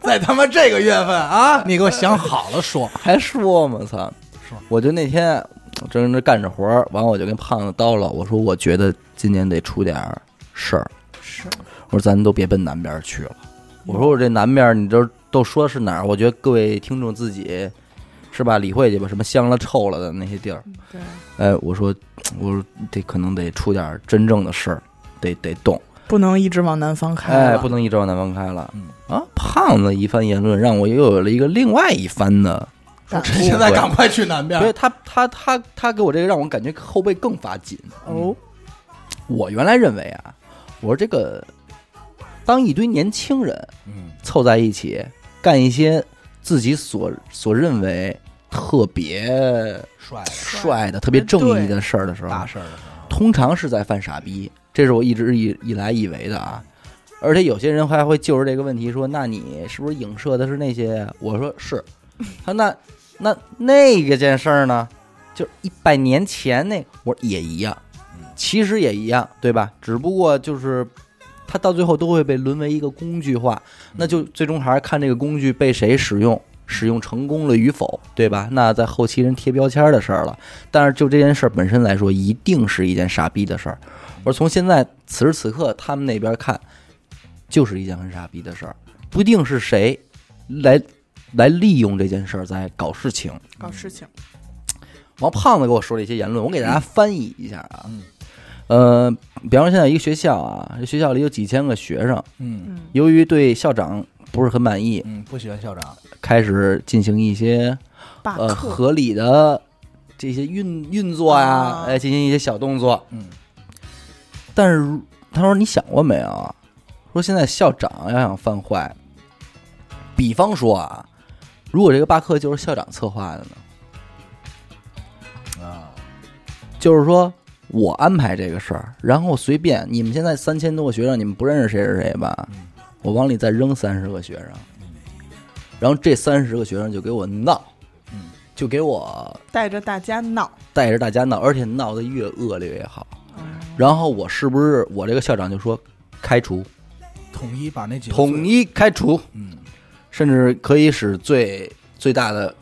在他妈这个月份啊，你给我想好
[laughs]
了说。
还说嘛，操！我就那天我正在那干着活儿，完我就跟胖子叨了，我说我觉得今年得出点儿事儿，
是
我说咱都别奔南边儿去了。我说我这南边儿，你这都说是哪儿？我觉得各位听众自己是吧，理会去吧，什么香了臭了的那些地儿。
对，
哎，我说，我说这可能得出点儿真正的事儿，得得动，
不能一直往南方开了。
哎，不能一直往南方开了。
嗯
啊，胖子一番言论让我又有了一个另外一番的
敢
误会。
现在赶快去南边
所以。他他他他给我这个让我感觉后背更发紧。
哦，
我原来认为啊，我说这个当一堆年轻人
嗯
凑在一起干一些自己所所认为特别
帅的
帅的、特别正义的事儿的时候，
大事儿的时候，
通常是在犯傻逼，这是我一直以以来以为的啊。而且有些人还会就着这个问题说：“那你是不是影射的是那些？”我说：“是。”他说那 [laughs] 那那个件事儿呢，就是一百年前那我说也一样，其实也一样，对吧？只不过就是他到最后都会被沦为一个工具化，那就最终还是看这个工具被谁使用，使用成功了与否，对吧？那在后期人贴标签的事儿了，但是就这件事儿本身来说，一定是一件傻逼的事儿。而从现在此时此刻他们那边看，就是一件很傻逼的事儿，不一定是谁来来利用这件事儿在搞事情。
搞事情，
王胖子给我说了一些言论，我给大家翻译一下啊。
嗯
呃，比方说现在一个学校啊，这学校里有几千个学生，
嗯
由于对校长不是很满意，
嗯，不喜欢校长，
开始进行一些
罢
呃
课，
合理的这些运运作呀、
啊
哎，进行一些小动作。
嗯，
但是如他说你想过没有啊？说现在校长要想犯坏，比方说啊，如果这个罢课就是校长策划的呢？
啊，
就是说我安排这个事儿，然后随便你们现在三千多个学生，你们不认识谁是谁吧？我往里再扔三十个学生，然后这三十个学生就给我闹，就给我
带着大家闹，
带着大家闹，而且闹得越恶劣越好。然后我是不是我这个校长就说开除，
统一把那几个
统一开除，
嗯，
甚至可以使最最大的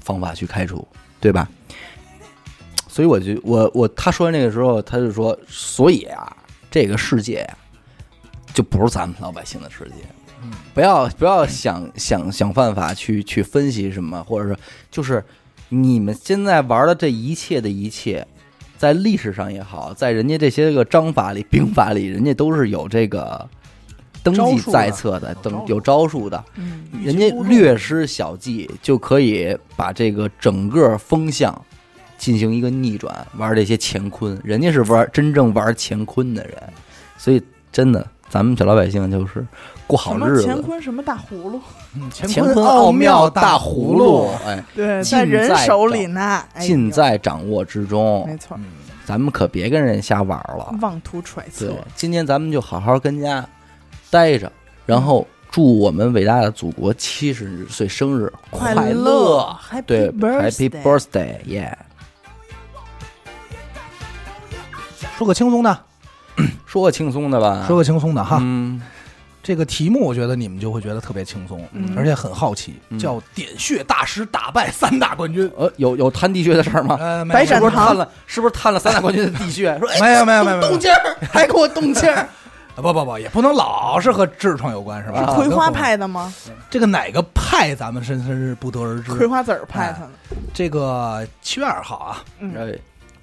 方法去开除，对吧？所以我就我我他说完这个时候，他就说，所以啊，这个世界啊就不是咱们老百姓的世界。不要不要想想想办法去去分析什么，或者说就是你们现在玩的这一切的一切，在历史上也好，在人家这些个章法里、兵法里，人家都是有这个登
招
记
数的
在册的，登有招数的。
嗯，
人家略施小计就可以把这个整个风向进行一个逆转，玩这些乾坤，人家是玩真正玩乾坤的人，所以真的，咱们小老百姓就是过好
什么
日
乾
子。
坤什么大葫芦，
嗯乾
乾
坤
坤
奥
妙
大
葫
芦，，
哎，
对，
尽
在人
在
手
掌
里呢，哎呦哎
尽在掌握之
没
中，
错，
咱们可别跟人瞎玩了。
妄图揣测
对，，今天咱们就好好跟家待着，然后祝我们伟大的祖国七十岁生日
快
乐！
乐，Happy
对
birthday
，Happy birthday，yeah！
说个轻松的，
啊说个轻松的吧，
说个轻松的哈。
嗯，
这个题目我觉得你们就会觉得特别轻松，而且很好奇，叫“点穴大师打败三大冠军
呃，有有贪地穴的事儿”。吗？
呃，没
白
有
是
展
不是
堂
探了？是不是探了三大冠军的地穴？啊说
没
哎，
有没有没有没有
动劲儿，还给我动劲儿。
不不不，也不能老是和痔疮有关，是吧？啊
葵花
跟
派的吗？
这个哪个派，咱们真真是不得而知。
葵花籽儿派他们，
这个七月二号啊
哎，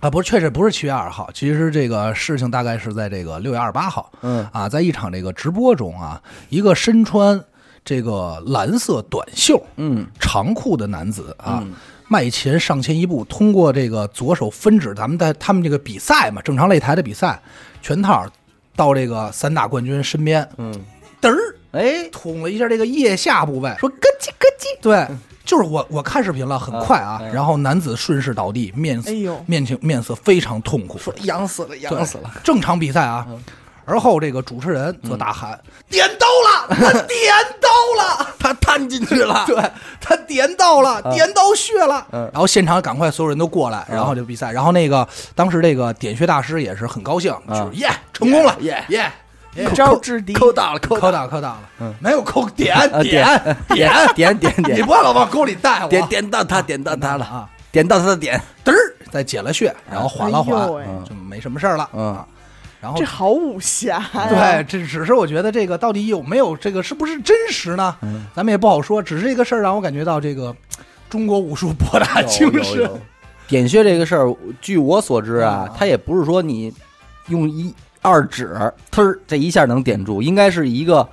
啊，不是，确实不是七月二号，其实这个事情大概是在这个六月二十八号，
嗯
啊，在一场这个直播中啊，一个身穿这个蓝色短袖
嗯
长裤的男子啊。迈前上前一步，通过这个左手分指，咱们在他们这个比赛嘛，正常擂台的比赛，全套到这个散打冠军身边，
嗯，
嘚儿
哎，
捅了一下这个腋下部位，
说咯叽咯叽，
对，就是我我看视频了，很快啊，
嗯嗯
然后男子顺势倒地，面色、
哎呦
面情面色非常痛苦，
说痒死了，
对
痒死了，。嗯
正常比赛啊，而后这个主持人则大喊：“点到
[laughs]
了，他点到了，
他探进去了
对他点到了，点到穴了。
嗯
然后现场赶快所有人都过来，然后就比赛。然后那个当时这个点穴大师也是很高兴，就是耶成功了，
嗯耶
耶耶
一招哎制敌，
抠到了，抠
扣
到了，
到扣到了，没有扣点
啊
点
点点点
你
点
不要老往沟里带我，
点点到他，点到他了
啊，
点到他的点，
嘚儿再解了穴，然后缓了缓
哎呦，喂
就没什么事儿了。
嗯
啊，然后
这好武侠呀！
对，这只是我觉得这个到底有没有这个是不是真实呢？咱们也不好说，只是这个事儿让我感觉到这个中国武术博大精
有
深
有有。点穴这个事儿，据我所知啊
啊，
它也不是说你用一二指呲儿这一下能点住，应该是一个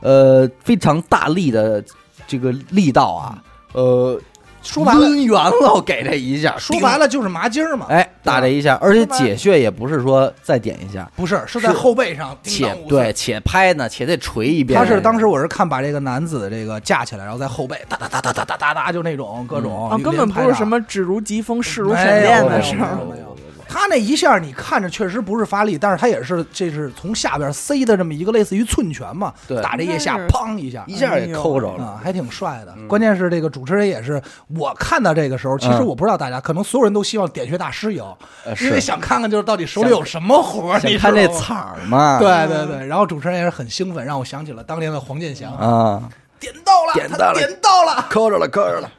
呃非常大力的这个力道啊，呃，
说白了
抡圆了给这一下，
说白了就是麻筋儿嘛，
哎，打这一下，而且
说白了
解穴也不是说再点一下，
不是，是在
是
后背上叮
且
当五下
对，。且拍呢，且得捶一遍。
他是当时我是看把这个男子的这个架起来，然后在后背哒哒哒哒哒哒哒哒，就那种各种
哦
啊，
连
根本
拍
不是
打
什么指如疾风，势如
没
闪电
有
的
没
事
有
儿
没。有没有他那一下你看着确实不是发力，但是他也是这是从下边塞的这么一个类似于寸拳嘛，
对
打这腋下
那是
砰一下，
一下也抠着了，嗯
啊，还挺帅的。关键是这个主持人也是，我看到这个时候，其实我不知道大家，可能所有人都希望点穴大师赢，
呃
因
是
为想看看就是到底手里有什么活儿，
想
你
看
知
这
道吗
彩儿嘛？
对对对，然后主持人也是很兴奋，让我想起了当年的黄健翔，
啊，
点到了，
点
他
到了
点到了，
抠着了，抠着了。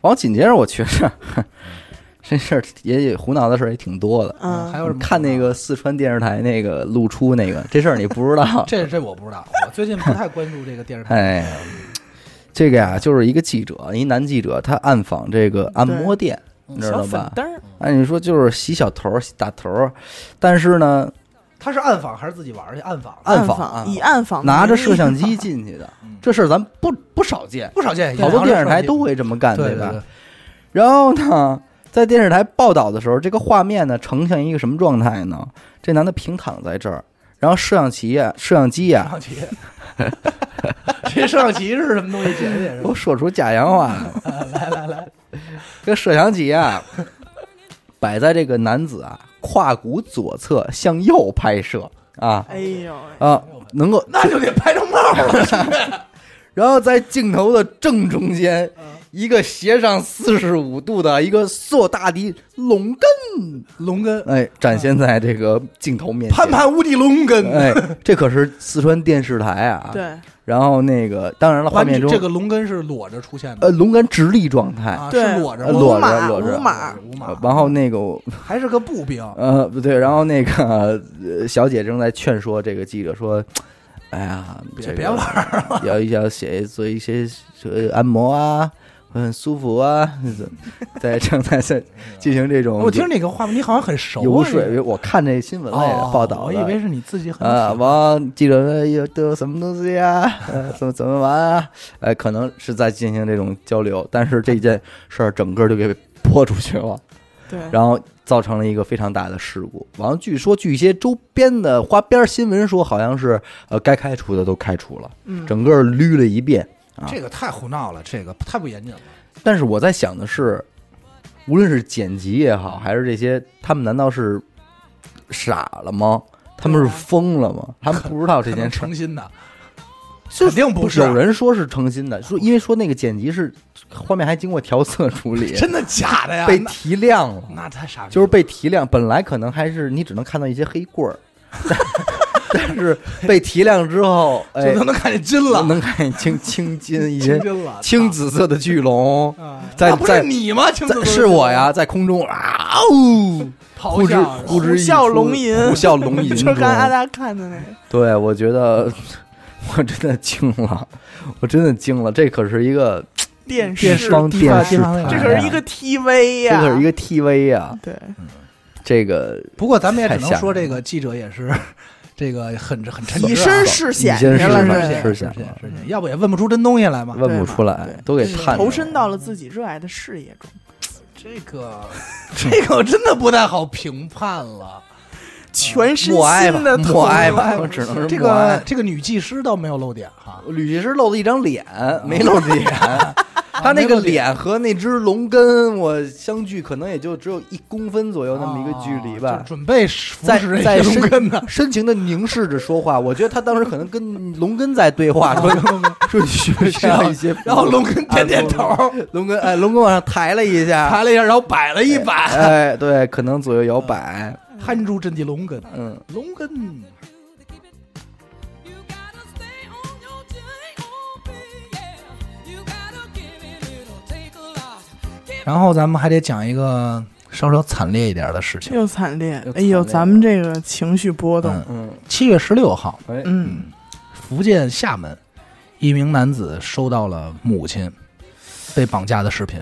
然后紧接着我觉着，哼这事儿也也胡闹的事儿也挺多的。
还
嗯，
有什么，
看那个四川电视台那个露出那个这事儿你不知道
这这我不知道，我最近不太关注这个电视台。
哎，这个呀就是一个记者，一男记者，他暗访这个按摩店，你知
小
道
粉
吧？
灯儿，
按哎理说就是洗小头儿、洗打头儿，但是呢，
他是暗访还是自己玩儿去？暗访
暗访
访
啊
以暗访
拿着
名义
摄像机进去的，这事儿咱不不少见，
不少见，
好多
也
电视台都
会
会这么干，
对
吧？
对
然后呢，在电视台报道的时候，这个画面呢呈现一个什么状态呢？这男的平躺在这儿，然后摄像机啊，摄像机
摄
啊，
像 [laughs] 旗，这摄像旗是什么东西？解释解释
我。说出假洋话了，来来来，这摄像机啊，摆在这个男子啊胯骨左侧向右拍摄啊
哎呦喂，
啊，能够
那就得拍成帽了。
[laughs] 然后在镜头的正中间，一个斜上四十五度的一个硕大的龙根，
龙根，
哎，展现在这个镜头面前。
潘潘无敌龙根，
哎，这可是四川电视台啊。。
对，
然后那个，当然了，画
完
面中
这个龙根是裸着出现的
呃，龙根直立状态，
啊，
对
是裸着
呃
吗
裸
五马
裸着
五马，
五
呃
马，
然后那个
还是个步兵，啊
呃不对，然后那个、呃小姐正在劝说这个记者说。哎呀，
别
这个
别玩儿了，
要要写做一些呃按摩啊，会很舒服啊，在正在
[laughs]
在进行这种
我听这个话，你好像很熟啊。
游
你
说，我看这新闻类的
哦
报道
我
的
以为是你自己很喜
啊，
欢
王记者说有都有什么东西呀、 [laughs] 呃，怎么怎么玩啊？呃，可能是在进行这种交流，但是这件事儿整个就给播出去了，
对，
然后造成了一个非常大的事故。完了，据说据一些周边的花边新闻说，好像是呃该开除的都开除了，
嗯
整个捋了一遍。啊
这个太胡闹了，这个太不严谨了。
但是我在想的是，无论是剪辑也好，还是这些，他们难道是傻了吗？他们是疯了吗？他们不知道这
可
件
[laughs] 能
事儿
诚心的，
就
啊肯定不是
有人说是诚心的，说因为说那个剪辑是画面还经过调色处理，
真的假的呀？
被
那
提亮了，
那太傻逼了，
就是被提亮。本来可能还是你只能看到一些黑棍儿， [laughs] 但但是被提亮之后，哎
就，都能看见筋了，
能看见青青筋一
青
些
筋了，
青紫色的巨龙
操啊，
在
那不是
在
你吗？青
在
子
是我，呀，在空中啊呜，
咆
呼之
哮是吧
呼之欲
虎啸
出
龙吟
虎啸龙吟
[laughs] 就
中
是。刚才阿达看的那个，
对，我觉得我真的惊了，我真的惊了，这可是一个
电视
电视
方
地方
电视
地方
台啊，
这可是一个 TV
这
呀，
可是一个 TV 呀，
对，
这个
不过咱们也只能
太吓
说，
人
这个记者也是这个很很沉
以
着
身
啊
试
以
险去
身试
了，
法
是
是
是
险
是
了
是是要不也问不出真东西来嘛。
问不出
对
来
嘛，
都给看
投身到了自己热爱的事业中。
啊
这个 [laughs] 这个真的不太好评判了。
全身
默哀吧
心的投入
默哀 [laughs] 吧，我只能是
这
默哀
个这个女技师倒没有露点哈，
吕技师露了一张脸，啊没露脸。 [laughs] 他那个脸和那只龙根，我相距可能也就只有一公分左右那么一个距离
啊
吧
就。准备扶
在
持
在
这个
深
龙根呢。
深情的凝视着说话，我觉得他当时可能跟龙根在对话， [laughs] 说说你需不需啊要一 [laughs] 些服务，
然后龙根点点头，
龙根哎，龙根往上抬了一下，
[laughs] 抬了一下，然后摆了一摆，
哎，对，可能左右摇摆，
憨猪真的龙根，
嗯，
龙根。
You gotta stay on your J-O-B, yeah. You gotta give it, it'll take a lot. Give
然后咱们还得讲一个稍稍惨烈一点的事情。
又惨烈
又，
哎呦，
惨烈
咱们这个情绪波动
嗯，
嗯，
七月十六号，
哎，
嗯，
福建厦门，一名男子收到了母亲被绑架的视频。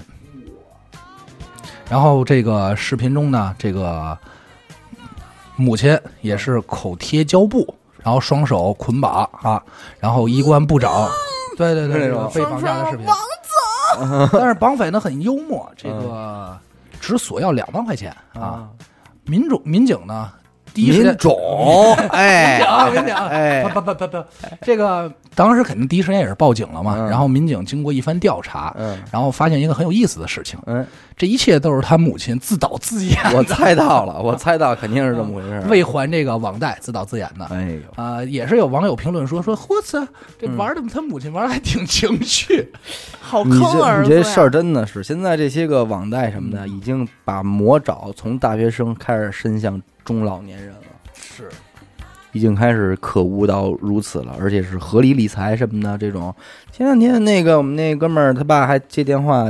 然后这个视频中呢，这个母亲也是口贴胶布，然后双手捆绑啊，然后衣冠不整。对对
啊
对，
是那
这个
种
被绑架的视频。但是绑匪呢很幽默，这
嗯
个只索要两万块钱啊。民主民警呢，第一时间
民种， [laughs] 哎，
[laughs] 啊，民警啊，
哎
不不不不不，这个当时肯定第一时间也是报警了嘛。
嗯
然后民警经过一番调查，
嗯
然后发现一个很有意思的事情，
嗯，
这一切都是他母亲自导自演，
我猜到了，我猜到肯定是这么回事儿。
为还这个网贷自导自演的。
哎嗯呦，
啊、也是有网友评论说说，我操，这玩的他母亲玩的还挺情
[laughs]
绪，
好
你
坑
这
儿
你
子
这
呀！
事儿真的是，现在这些个网贷什么
嗯
的，已经把魔爪从大学生开始伸向中老年人了，
是
已经开始可恶到如此了，而且是合理理财什么的这种。前两天那个我们那哥们儿他爸还接电话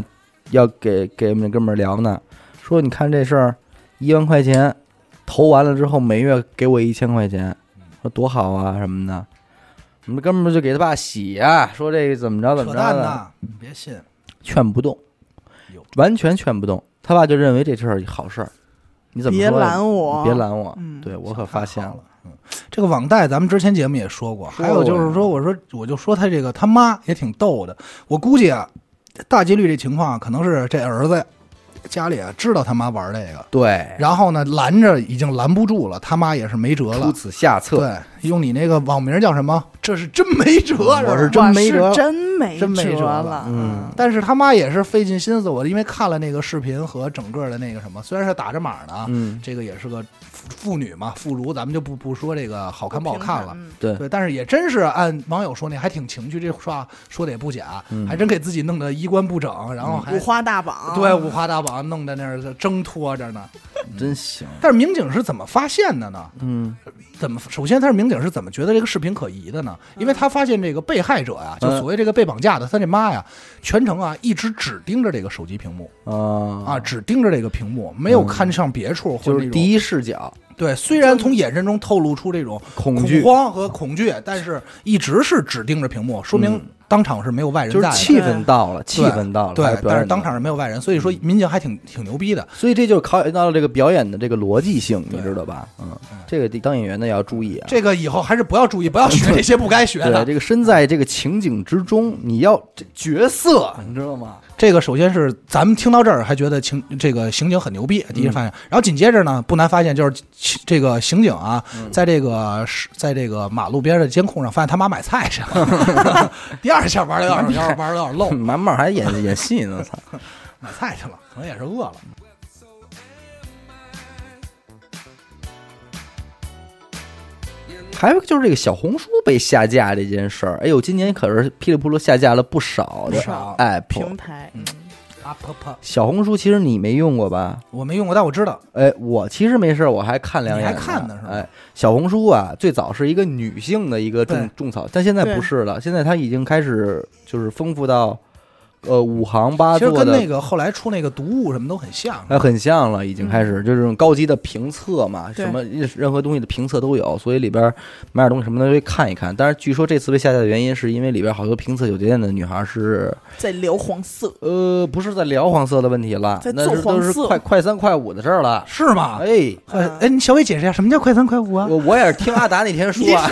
要给给我们那哥们儿聊呢，说你看这事儿，一万块钱投完了之后，每月给我一千块钱，说多好啊什么的。我们哥们儿就给他爸洗呀、说这个怎么着怎么
扯
着
淡
的。
呐，你别信。
劝不动
哟，
完全劝不动。他爸就认为这事儿好事儿，你怎么
别
说呀
拦我
你别拦我。
嗯
对我可发现
了。嗯，这个网贷，咱们之前节目也说过，
说过
还有就是说，我说我就说他这个他妈也挺逗的，我估计啊，大几率这情况可能是这儿子家里啊知道他妈玩这个，
对，
然后呢拦着已经拦不住了，他妈也是没辙
出
了。
此下策。
对，用你那个网名叫什么？这是真没辙，
我是
是吧
真
哇
没辙
是真没
真没辙
了
了，
嗯
但是他妈也是费尽心思，我因为看了那个视频和整个的那个什么，虽然是打着码呢，
嗯，
这个也是个妇妇女嘛，妇孺，咱们就不不说这个好看不好看了。
嗯
对，
对，但是也真是按网友说那还挺情趣，这话说的也不假，
嗯
还真给自己弄得衣冠不整，然后还、
五花大绑，
对五花大绑，弄在那儿挣脱着呢。
真行。
但是民警是怎么发现的呢？
嗯，
怎么？首先，他是民警是怎么觉得这个视频可疑的呢？因为他发现这个被害者啊，就
嗯
所谓这个被绑架的，他这妈呀，全程啊一直只盯着这个手机屏幕
啊
啊，只盯着这个屏幕，没有看上别处或
嗯
者
就是第
一
一视角
对，虽然从眼神中透露出这种
恐惧，
恐慌和恐惧，但是一直是只盯着屏幕，说明
嗯
当场是没有外人
就
在
是气
的。
氛到了，气
对
氛到了，还
对，
表
但是
演嗯
当
到了
场，是没有外人，所以说民警还挺挺牛逼的。
所以这就考验到了这个表演的这个逻辑性，你
对
知道吧？嗯，这个当演员的也要注意啊。
这个以后还是不要注意，不要学这些不该学
对，
的。
这个身在这个情景之中，你要这角色，你知道 [laughs] 吗？
这个首先是咱们听到这儿还觉得情这个刑警很牛
嗯
逼，第一发现，然后紧接着呢，不难发现就是其这个刑警啊，
嗯
在这个是在这个马路边的监控上发现他妈买菜去
[laughs]
了，第二下玩的有点有点玩的有点漏，
嗯满满还演 [laughs] 演戏呢，操！
买菜去了，可能也是饿了。
还有就是这个小红书被下架这件事儿，哎呦，今年可是噼里啪啦下架了不少的
不少
app
平。台，
嗯
啊啪啪，
小红书其实你没用过吧？
我没用过，但我知道。
哎，我其实没事儿，我还看两眼。
你还看呢是吧
哎，小红书啊，最早是一个女性的一个种
对
种草，但现在
对
不是了，现在它已经开始就是丰富到呃五行八
其实
座
跟
的，
那个后来出那个毒物什么都很像。
哎，很像了，已经开
嗯
始、就这种高级的评测嘛，
对
什么任任何东西的评测都有，所以里边买点东西什么的都可以看一看。但是据说这次被下架的原因是因为里边好多评测酒店的女孩是
在聊黄色，
呃不是在聊黄色的问题了
在，
那
揍
是都是
黄色
快快三快五的事儿了。
是吗？
哎，
哎，哎你小伟解释一下什么叫快三快五啊？
[laughs] 我我也是听阿达那天说啊，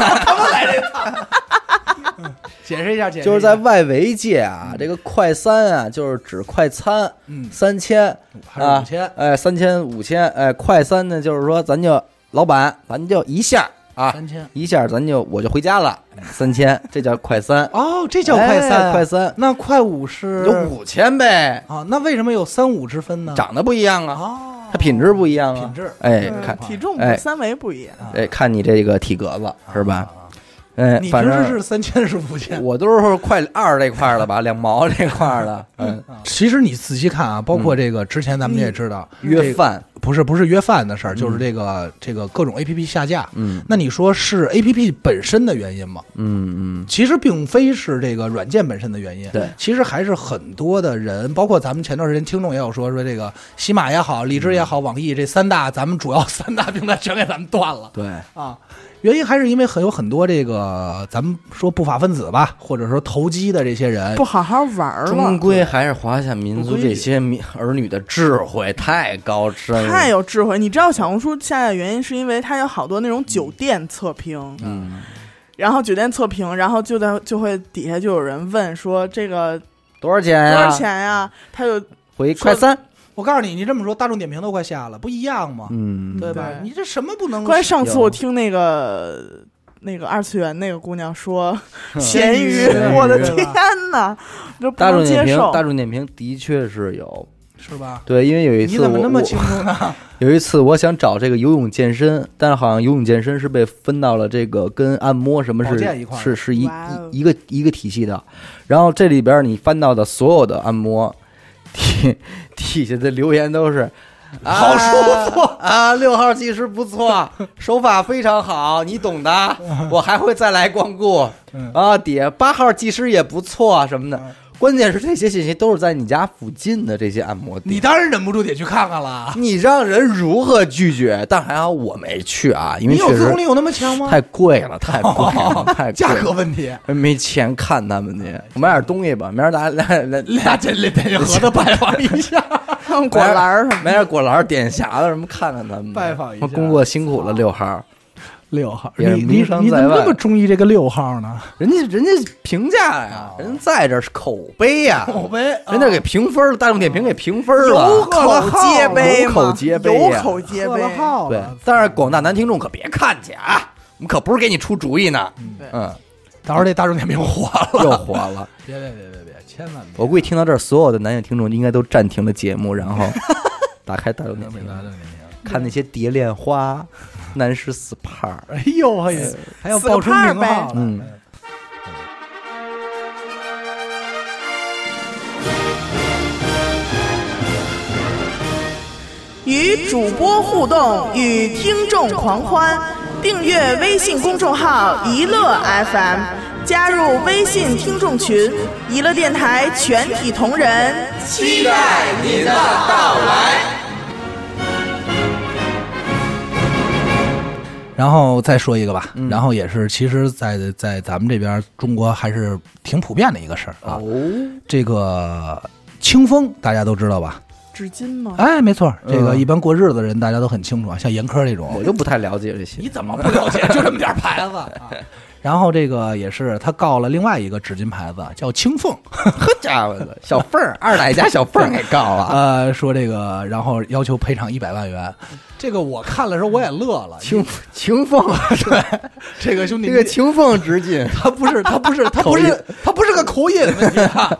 解释一下，解释
[laughs]
一下
就是在外围界啊，这个快三啊，就是指快餐，
嗯
三千
还是
啊，
五千，
哎，三千五千，哎，快三呢，就是说咱就老板，咱就一下啊，
三千。
一下咱就我就回家了，三千，这叫快三，
哦，这叫快三啊，
哎快三
那快五是
有五千呗，
啊？那为什么有三五之分呢？
长得不一样啊，
哦，
它品质不一样啊，
品质
哎，
嗯
看
体重
哎
和三围不一样。
哎，看你这个体格子是吧？哎，
啊你
反
平
正
时是三千是五千？啊
我都是快二这块儿了吧，两毛这块儿
[laughs]
了，嗯，
其实你仔细看啊，包括这个之前咱们也知道，
约饭，
不是不是约饭的事儿，就是这个这个各种 A P P 下架。
嗯
那你说是 A P P 本身的原因吗？
嗯嗯，
其实并非是这个软件本身的原因，
对
其实还是很多的人，包括咱们前段时间听众也有说说这个喜马也好，荔枝也好，网易这三大咱们主要三大平台全给咱们断了 [laughs]
对，
啊。原因还是因为很有很多这个咱们说不法分子吧，或者说投机的这些人
不，好好玩儿
终
了，
归还是华夏民族这些民儿女的智慧太高深了，
太有智慧。你知道小红书下架原因是因为它有好多那种酒店测评，
嗯，
然后酒店测评，然后就在就会底下就有人问说这个
多少钱
多
呀、
少钱呀？他
哎
就
回快三，
我告诉你，你这么说，大众点评都快下了，不一样吗？
嗯，
对吧？
对
你这什么不能？
关于上次
有
我听那个那个二次元那个姑娘说
嗯
咸
咸
鱼啊
鱼
对，
我的
对
天哪，这不
大众
能
点
接
评，
受
大。众点评的确是有，
是吧？
对，因为有一
你
次
怎么
我
那么
我
清
[laughs]
楚呢？
有一次我想找这个游泳健身，但是好像游泳健身是被分到了这个跟按摩什么
保
是
健一块儿
是是一
哇哦
一一个一个体系的，然后这里边你翻到的所有的按摩底底下的留言都是。好舒服啊！六号技师不错，手法非常好，你懂的。我还会再来光顾
嗯
啊！底下八号技师也不错什么的。关键是这些信息都是在你家附近的这些按摩店
你，当然忍不住得去看看 [laughs] 了。
你让人如何拒绝？但还好我没去啊，因为
你有
确
自控力
实
有那么强吗？
太贵了，太贵了，太贵
价
了
格问题，
没钱看他们去。我买点东西吧，明儿咱俩来来
俩这俩得合着拜访一
[laughs]
下。
果篮儿什么
买点果篮、点匣子什么，看看他们去。
拜访一下
工作辛苦了，六号。
六号，
也是
你你
迷商
你怎
在
么
外
那么中意这个六号呢？
[laughs] 人家人家评价呀，人家在这儿是口碑呀，
口 [laughs] 碑啊
人家给评分了，大众点评给评分
哦有
了。
口皆碑
有
吗？
口皆碑
有
呀
啊口皆
喝
碑
了。号
对
了，，
但是广大男听众可别看去啊，我们可不是给你出主意呢。
[laughs]
嗯，
到时候这大众点评火了。
又火了。
[laughs] 别别别别别，千万别！
我估计听到这儿，所有的男性听众应该都暂停了节目，然
[laughs]
后打开大众点评，看那些蝶恋花、 [laughs] 男士 SPA。
哎呦我也还要报出名号了。
嗯
与主播互动，与听众狂欢。订阅微信公众号“一乐 FM”，加入微信听众群，一乐电台全体同仁期待您的到来。
然后再说一个吧，然后也是，其实在，在咱们这边中国还是挺普遍的一个事儿啊。这个清风大家都知道吧？
纸巾吗？
哎，没错，这个
嗯
一般过日子的人大家都很清楚啊，像严科这种，
我就不太了解这些。
怎么不了解？就这么点牌
[laughs]
子啊。然后这个也是他告了另外一个纸巾牌子叫清凤，
呵家伙的， [laughs] 小凤儿二奶家小凤儿给告啊
[laughs]
了。
呃，说这个然后要求赔偿一百万元。这个我看了时候我也乐了，
晴晴 [laughs] 凤，对，
这个兄弟
这个晴凤直进，
啊他不是，他不是，他不是，他不是个口音问题啊，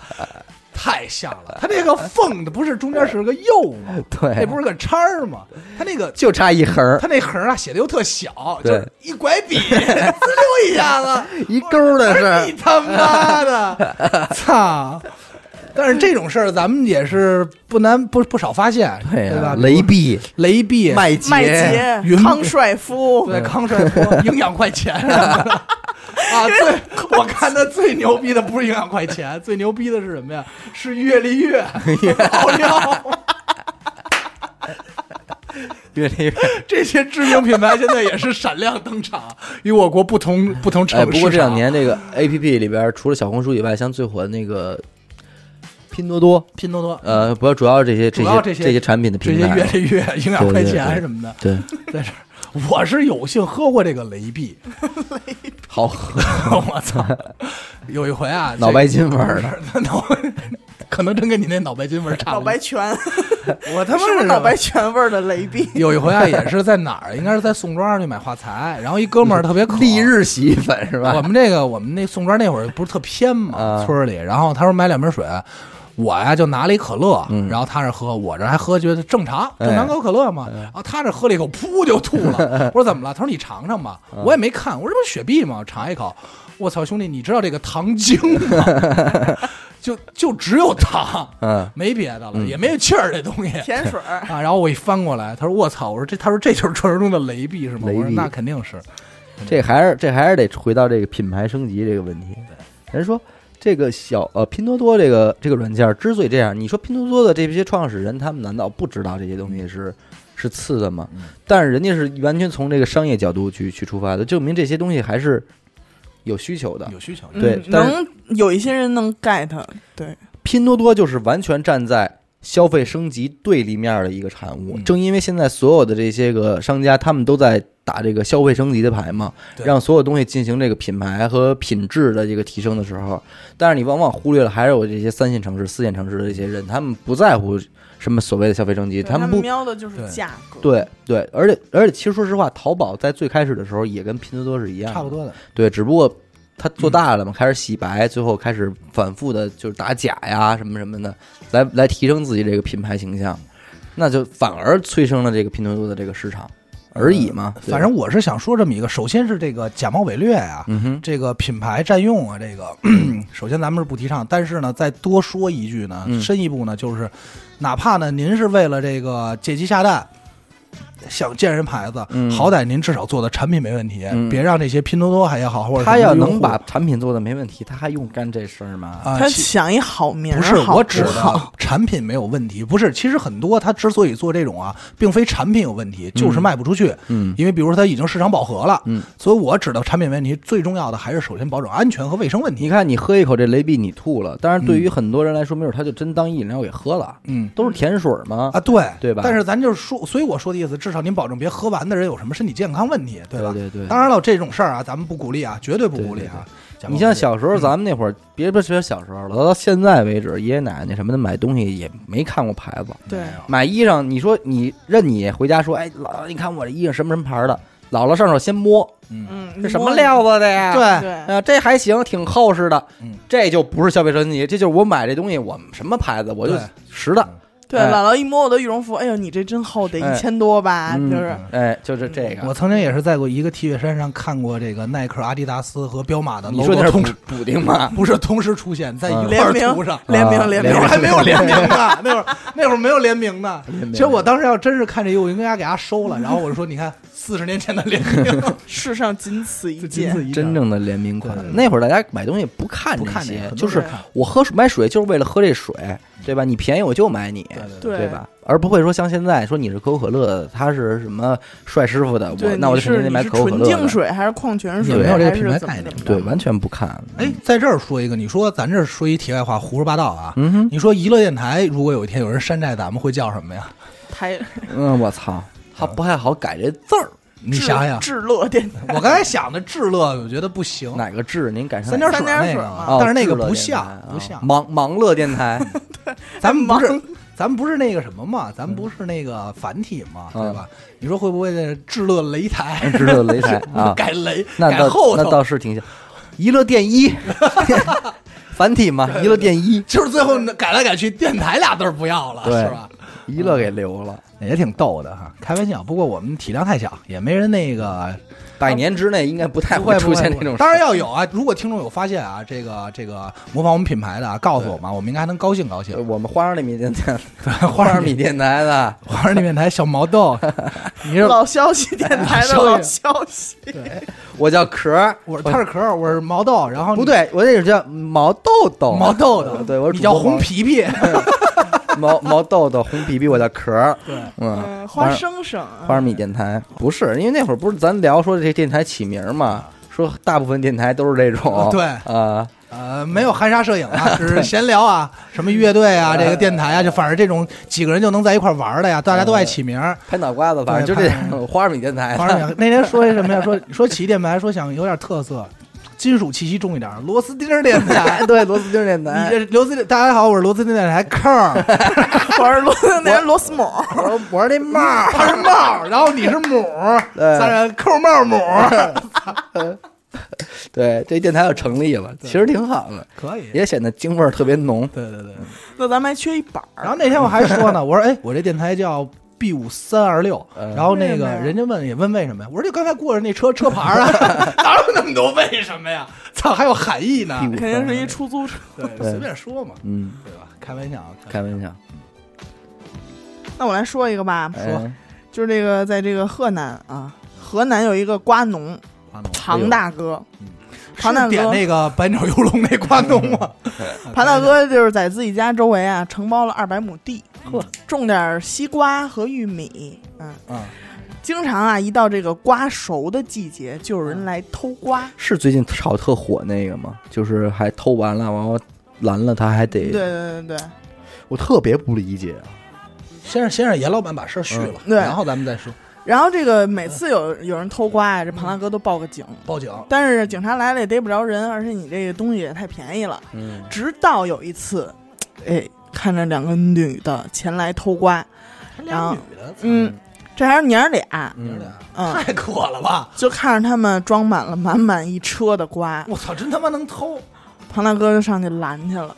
太像了。他这个凤不是中间是个又吗？
对
那不是个叉儿吗？他那个
[laughs] 就差一横儿
他，那横啊写的又特小，就
对
是一拐笔， [laughs] 滋溜一下子，
一勾儿的
你
是。
他妈的， [laughs] 操！但是这种事儿咱们也是不难不不少发现，
对
对吧
呀，？雷碧、
雷碧
麦
麦
杰、
杰
云
康帅夫，
[laughs]
对康帅傅营养快钱什么的啊，最我看他最牛逼的不是营养快钱， [laughs] 最牛逼的是什么呀？是月丽
[laughs]
月奥利奥，
越来越
这些知名品牌现在也是闪亮登场，与我国不同不 [laughs] 同城
哎，
市。
不过这两年这个 A P P 里边，除了小红书以外，像最火的那个拼多多，
拼多多
呃，不要主要这些这
主要
些
这些
这些产品啊的
这
平
些月
台，
丽月营养快钱什么的，
对，
[laughs] 在这儿我是有幸喝过这个雷碧， [laughs]
好喝，
我操！有一回啊，
脑白金味儿
[laughs]
的，
的，脑可能真跟你那脑白金味儿差不多。
脑白泉，
我
是
他妈
不是
是
脑白泉味儿的雷
[laughs]
碧？
有一回啊，也是在哪儿，应该是在宋庄去买花材，然后一哥们儿特别渴，
丽日洗衣粉是吧
我？们这个我们那宋庄那会儿不是特偏嘛，
啊
村儿里，然后他说买两瓶水，我呀就拿了一可乐，
嗯
然后他这喝，我这还喝觉得正常，
哎
正常口可乐嘛，然后他这喝了一口，噗就吐
[laughs]
了，我说怎么了？他说你尝尝吧，
嗯
我也没看，我说这不是雪碧吗？尝一口，我操兄弟，你知道这个糖精吗？ [laughs] 就就只有糖，
嗯，
没别的了，也没有气儿
[laughs]
这东西，
甜水儿，
啊，然后我一翻过来，他说我操，我说这，他说这就是传说中的雷碧是吗？
雷
我说
碧
那肯定是，
这还是这还是得回到这个品牌升级这个问题。人说这个小呃拼多多这个这个软件之所以这样，你说拼多多的这些创始人，他们难道不知道这些东西是是次的吗？但是人家是完全从这个商业角度去去出发的，证明这些东西还是有需求的。
有需求。
对
嗯
但是
能有一些人能 get，对，
拼多多就是完全站在消费升级对立面的一个产物。
嗯
正因为现在所有的这些个商家，他们都在打这个消费升级的牌嘛，
对
让所有东西进行这个品牌和品质的这个提升的时候，但是你往往忽略了还有这些三线城市、四线城市的这些人，他们不在乎什么所谓的消费升级，
对他
们不。
瞄的就是
对
价格，
对对，而且而且，其实说实话，淘宝在最开始的时候也跟拼多多是一样，
差不。多的，
对，只不过他
嗯
做大了嘛，开始洗白，最后开始反复的就是打假呀什么什么的，来来提升自己这个品牌形象，那就反而催生了这个拼多多的这个市场而已嘛。对
呃反正我是想说这么一个，首先是这个假冒伪劣啊，
嗯哼，
这个品牌占用啊，这个 [clears throat] 首先咱们是不提倡，但是呢，再多说一句呢，
嗯
深一步呢，就是哪怕呢您是为了这个借鸡下蛋。想见人牌子，
嗯
好歹您至少做的产品没问题，
嗯
别让这些拼多多还也好，或者
他
什么
要
优
能
酷
把产品做的没问题，他还用干这事儿吗？
啊，
他
其
想一好名儿，
不是，
好
我指
好
的 [laughs] 产品没有问题，不是。其实很多它之所以做这种啊，并非产品有问题，就是卖不出去。
嗯
因为比如说它已经市场饱和了，
嗯，
所以我指的产品问题最重要的还是首先保证安全和卫生问
你
题。
看，你喝一口这雷碧，你吐了。但是对于很多人来说，没准他就真当一饮料给喝了，
嗯
都是甜水儿嘛。
啊，对
对吧
但是咱就是说，所以我说的意思，至少您保证别喝完的人有什么身体健康问题，吧？
对对对
当然了，这种事儿啊，咱们不鼓励啊，绝对不鼓励啊。假冒嗯
你像
伪劣
小时候，咱们那会儿，别别说小时候了，到现在为止，爷爷奶奶什么的买东西也没看过牌子，
对，
买衣裳，你说你认你回家说，哎，姥姥，你看我这衣裳什么什么牌儿的，姥姥上手先摸，
嗯，
这什么料子的呀？
对
对
啊，这还行，挺厚实的
嗯，
这就不是消费升级，这就是我买这东西，我什么牌子我就
对
实的，
对，
哎
姥姥一摸我的羽绒服，哎呦，你这真厚，得
哎
一千多吧？
嗯
就是
哎，就是这个
我。曾经也是在过一个 T 恤衫上看过这个耐克、阿迪达斯和彪马的
你说
logo
那是
同
补
时
补丁
[laughs]
吗？
不是同时出现在一
嗯
块儿
联名
涂上，
联
啊
名联
联
名
那会
名
儿还没有联
[laughs]
名呢，那会儿那会儿没有联名呢。
名
[laughs] 其实我当时要真是看这个，我应该给他收了。然后我就说，你看四十年前的
[laughs]
联名，
世上仅此一
就仅
件，
此一张
真正的联名款
对对。对
那会儿大家买东西不看
不看这
些
个，
就是
很多人
我喝水买水就是为了喝这水，对吧？你便宜我就买你，
对
对
吧？而不会说像现在说你是可口可乐，他是什么帅师傅的，我
对，
那我就肯定得
你是你
买
是
可口可
纯
乐
净
的。
水还是矿泉水？
也没有这个
还是
品牌
怎么
概念
怎么着
对，完全不看。
哎，在这儿说一个，你说咱这说一题外话，胡说八道啊。
嗯哼，
你说娱乐电台如果有一天有人山寨咱们，会叫什么呀？
台
嗯，我操，哦他不太好改这字儿，
你想想，
至乐电台，
我刚才想的至乐，我觉得不行，
哪个志？您改成
三点
水
水那个
嘛
啊
哦，，
但是那个
志乐
不
电台
像
啊，[laughs]
不像。
忙忙乐电台，
咱们不是
忙，
咱们不是那个什么嘛，咱们不是那个繁体嘛，
嗯
对吧？你说会不会那至乐擂台？ [laughs]
知道擂台啊，
改雷，
那
改
倒
后
那
头
倒，是挺像，娱乐电一， [laughs] 繁体嘛，娱乐电一，
就是最后改来改去，电台俩字儿不要了，
对
是吧？
娱乐给留了。
也挺逗的哈，开玩笑。不过我们体量太小，也没人那个
百年之内应该不太
哎不会
出现这种事。
当然要有啊，如果听众有发现啊，这个这个模仿我们品牌的，啊，告诉我们，我们应该还能高兴高兴
呃。我们花生米电 [laughs] 台，
[laughs] 花
花
生
生
米
米电台的，
花 [laughs]
哎
儿那电台小毛豆，你这
老消息电台的
老
老
消
消息，
我叫壳儿，
我是他是壳儿，我是毛豆，然后你
不对，我那是叫毛豆豆，
[laughs] 毛豆豆，
对我是
你
主
叫
播
红
毛
皮皮，
[laughs] 毛毛豆豆红皮皮，我叫壳儿，
对，
嗯，
嗯，花生生啊，
花米电台不是，因为那会儿不是咱聊说这电台起名儿嘛，说大部分电台都是这种，
对
啊，
呃，没有含沙射影 [laughs] 啊，只是闲聊啊，什么乐队啊，这个电台啊，就反正这种几个人就能在一块儿玩儿的呀，大家都爱起名儿。
拍脑瓜子，反正就这种花米电台，
反正那天说一什么呀？说 [laughs] 说起电台，说想有点特色，金属气息重一点儿，螺丝钉儿电台。
[laughs] 对螺丝钉电
你
台，
这螺丝钉，大家好，我是螺丝钉电台扣儿，
我是螺那是螺丝母儿，
我说我说那帽儿，
他是帽儿，然后你是母儿，
对
咱俩扣帽母儿，
对，这电台要成立了，其实挺好的，
可以。
也显得京味儿特别浓，
对对对。
那咱们还缺一板儿。
然后那天我还说呢，我说哎，我这电台叫 B 五三二六，然后那个人家问也问为什么呀？我说就刚才过着那车车牌儿啊，哪有那么多为什么呀？操，还有含义呢？
第五
肯定是
分
一出租车。
对，随便说嘛，
嗯，
对吧？开玩笑啊，
开玩笑，
那我来说一个吧，
哎，
就是这个，在这个河南啊，河南有一个瓜农
瓜农
庞大哥，庞大
是点
哥，
那个百鸟游龙那关东吗？
啊庞大哥嗯就是在自己家周围啊承包了二百亩地，种点儿西瓜和玉米，嗯
嗯
经常啊一到这个瓜熟的季节，就有人来偷瓜。
是最近炒特火那个吗？就是还偷完了，完后拦了他还得，
对对对对，
我特别不理解啊，
先让先让严老板把事儿续了，
嗯对
然后咱们再说
然后这个每次有有人偷瓜啊，这庞大哥都报个警，
报警。
但是警察来了也逮不着人，而且你这个东西也太便宜了。
嗯，
直到有一次，哎，看着两个女的前来偷瓜，
俩女的，
嗯，这还是娘儿俩，
娘俩
嗯，
太渴了吧！
就看着他们装满了满满一车的瓜，
我操，真他妈能偷！
庞大哥就上去拦去了，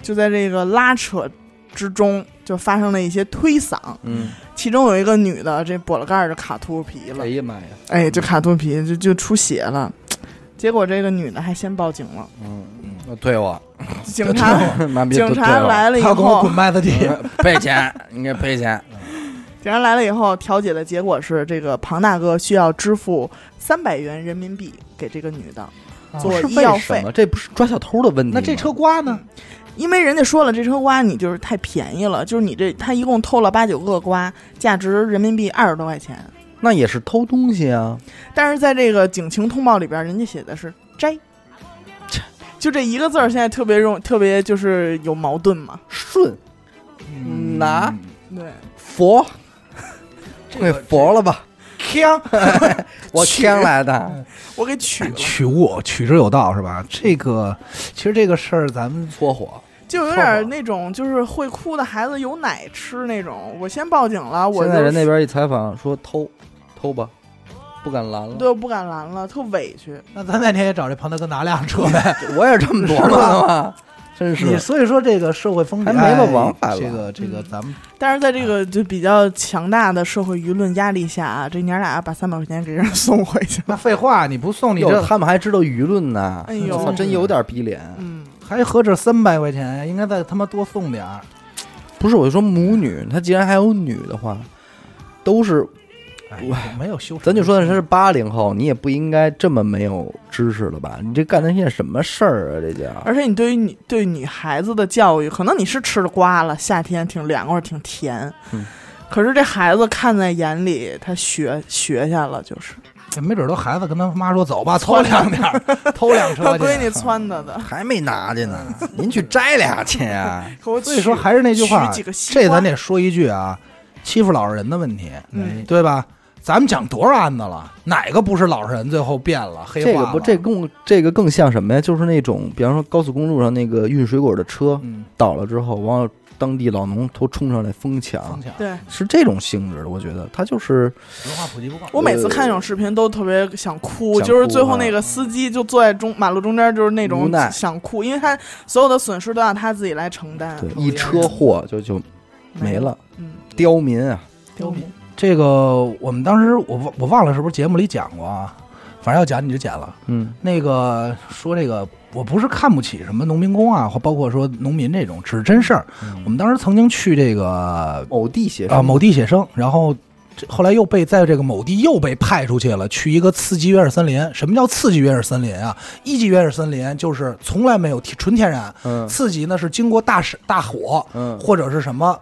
就在这个拉扯之中，就发生了一些推搡，
嗯，
其中有一个女的这脖了盖儿就卡秃噜皮了
哎，呀妈呀，
哎，就卡秃噜皮就就出血了。结果这个女的还先报警了，
我退我，
警
[laughs]
察
妈逼
[laughs]
哦
警察来
了，
了以
他要跟我
后
滚，麦子地，
呃赔钱，应该赔
[laughs]
钱，
警察来了以后，调解的结果是这个庞大哥需要支付三百元人民币给这个女的
[laughs]
做
是
医
为
药
什
费
么？，这不是抓小偷的问题吗？
嗯那这车瓜呢？
因为人家说了，这车瓜你就是太便宜了，就是你这他一共偷了八九个瓜，价值人民币二十多块钱。
那也是偷东西啊，
但是在这个警情通报里边，人家写的是摘， [laughs] 就这一个字儿，现在特别容特别就是有矛盾嘛。
顺
嗯
拿
对，
佛，
哎
给佛了吧，
枪，
[laughs] 我天来的，
我给
[laughs]
取了，
哎取物取之有道是吧？这个其实这个事儿咱们
[laughs] 搓火，
就有点那种就是会哭的孩子有奶吃那种。我先报警了，我
现
就
在人那边一采访说偷，偷吧，不敢拦了，
都不敢拦了，特委
啊
屈。
那咱那天也找这庞大哥拿辆车 [laughs] 呗。
[laughs] 我也是这么琢磨的 [laughs] 嘛，真
你
是。
所以说这个社会风气哎
还没个王法吧
这个这个咱们
但是在这个就比较强大的社会舆论压力下啊，这娘俩把三百块钱给人送回
[laughs]
去了。
那废话，你不送你
哟，
这
他们还知道舆论呢，
哎呦
我操，真有点逼脸。
嗯，
还合着三百块钱呀？应该再他妈多送点儿。
不是，我就说母女，她既然还有女的话，都是
哎
我
没有羞耻，
咱就说他是八零后，你也不应该这么没有知识了吧？你这干的些什么事儿啊？这叫
而且你对于女对女孩子的教育，可能你是吃了瓜了，夏天挺凉快，挺甜。
嗯
可是这孩子看在眼里，他学学下了，就是
这没准儿都孩子跟他妈说走吧，偷两点儿，偷辆
他
车去。
闺女撺掇的。
还没拿去呢，
[laughs]
您去摘俩去啊！
可我
嗯所以说还是那句话
取几个，西瓜
这咱得说一句啊，欺负老实人的问题，
嗯
对吧？咱们讲多少案子了，哪个不是老实人最后变了黑
这
化
个
了？
不，这更这个更像什么呀？就是那种，比方说高速公路上那个运水果的车
嗯，
倒了之后，完了当地老农都冲上来疯抢
疯，抢，
对
是这种性质的。我觉得他就是
啊文化普及不够。
我每次看这种视频都特别想
呃
哭，
想哭
就是最后那个司机就坐在中马路中间，就是那
无
种
奈
想哭，因为他所有的损失都要他自己来承担。
啊
对一车祸就就没了，
嗯，
刁民啊！
丢民。
这个我们当时我忘我忘了是不是节目里讲过啊，反正要讲你就剪了。
嗯，
那个说这个，我不是看不起什么农民工啊，或包括说农民这种，只是真事儿。我们当时曾经去这个呃
某地写
啊、某地写生，然后这后来又被在这个某地又被派出去了，去一个次级原始森林。什么叫次级原始森林啊？一级原始森林就是从来没有天纯天然，
嗯
次级呢是经过大是大火，
嗯
或者是什么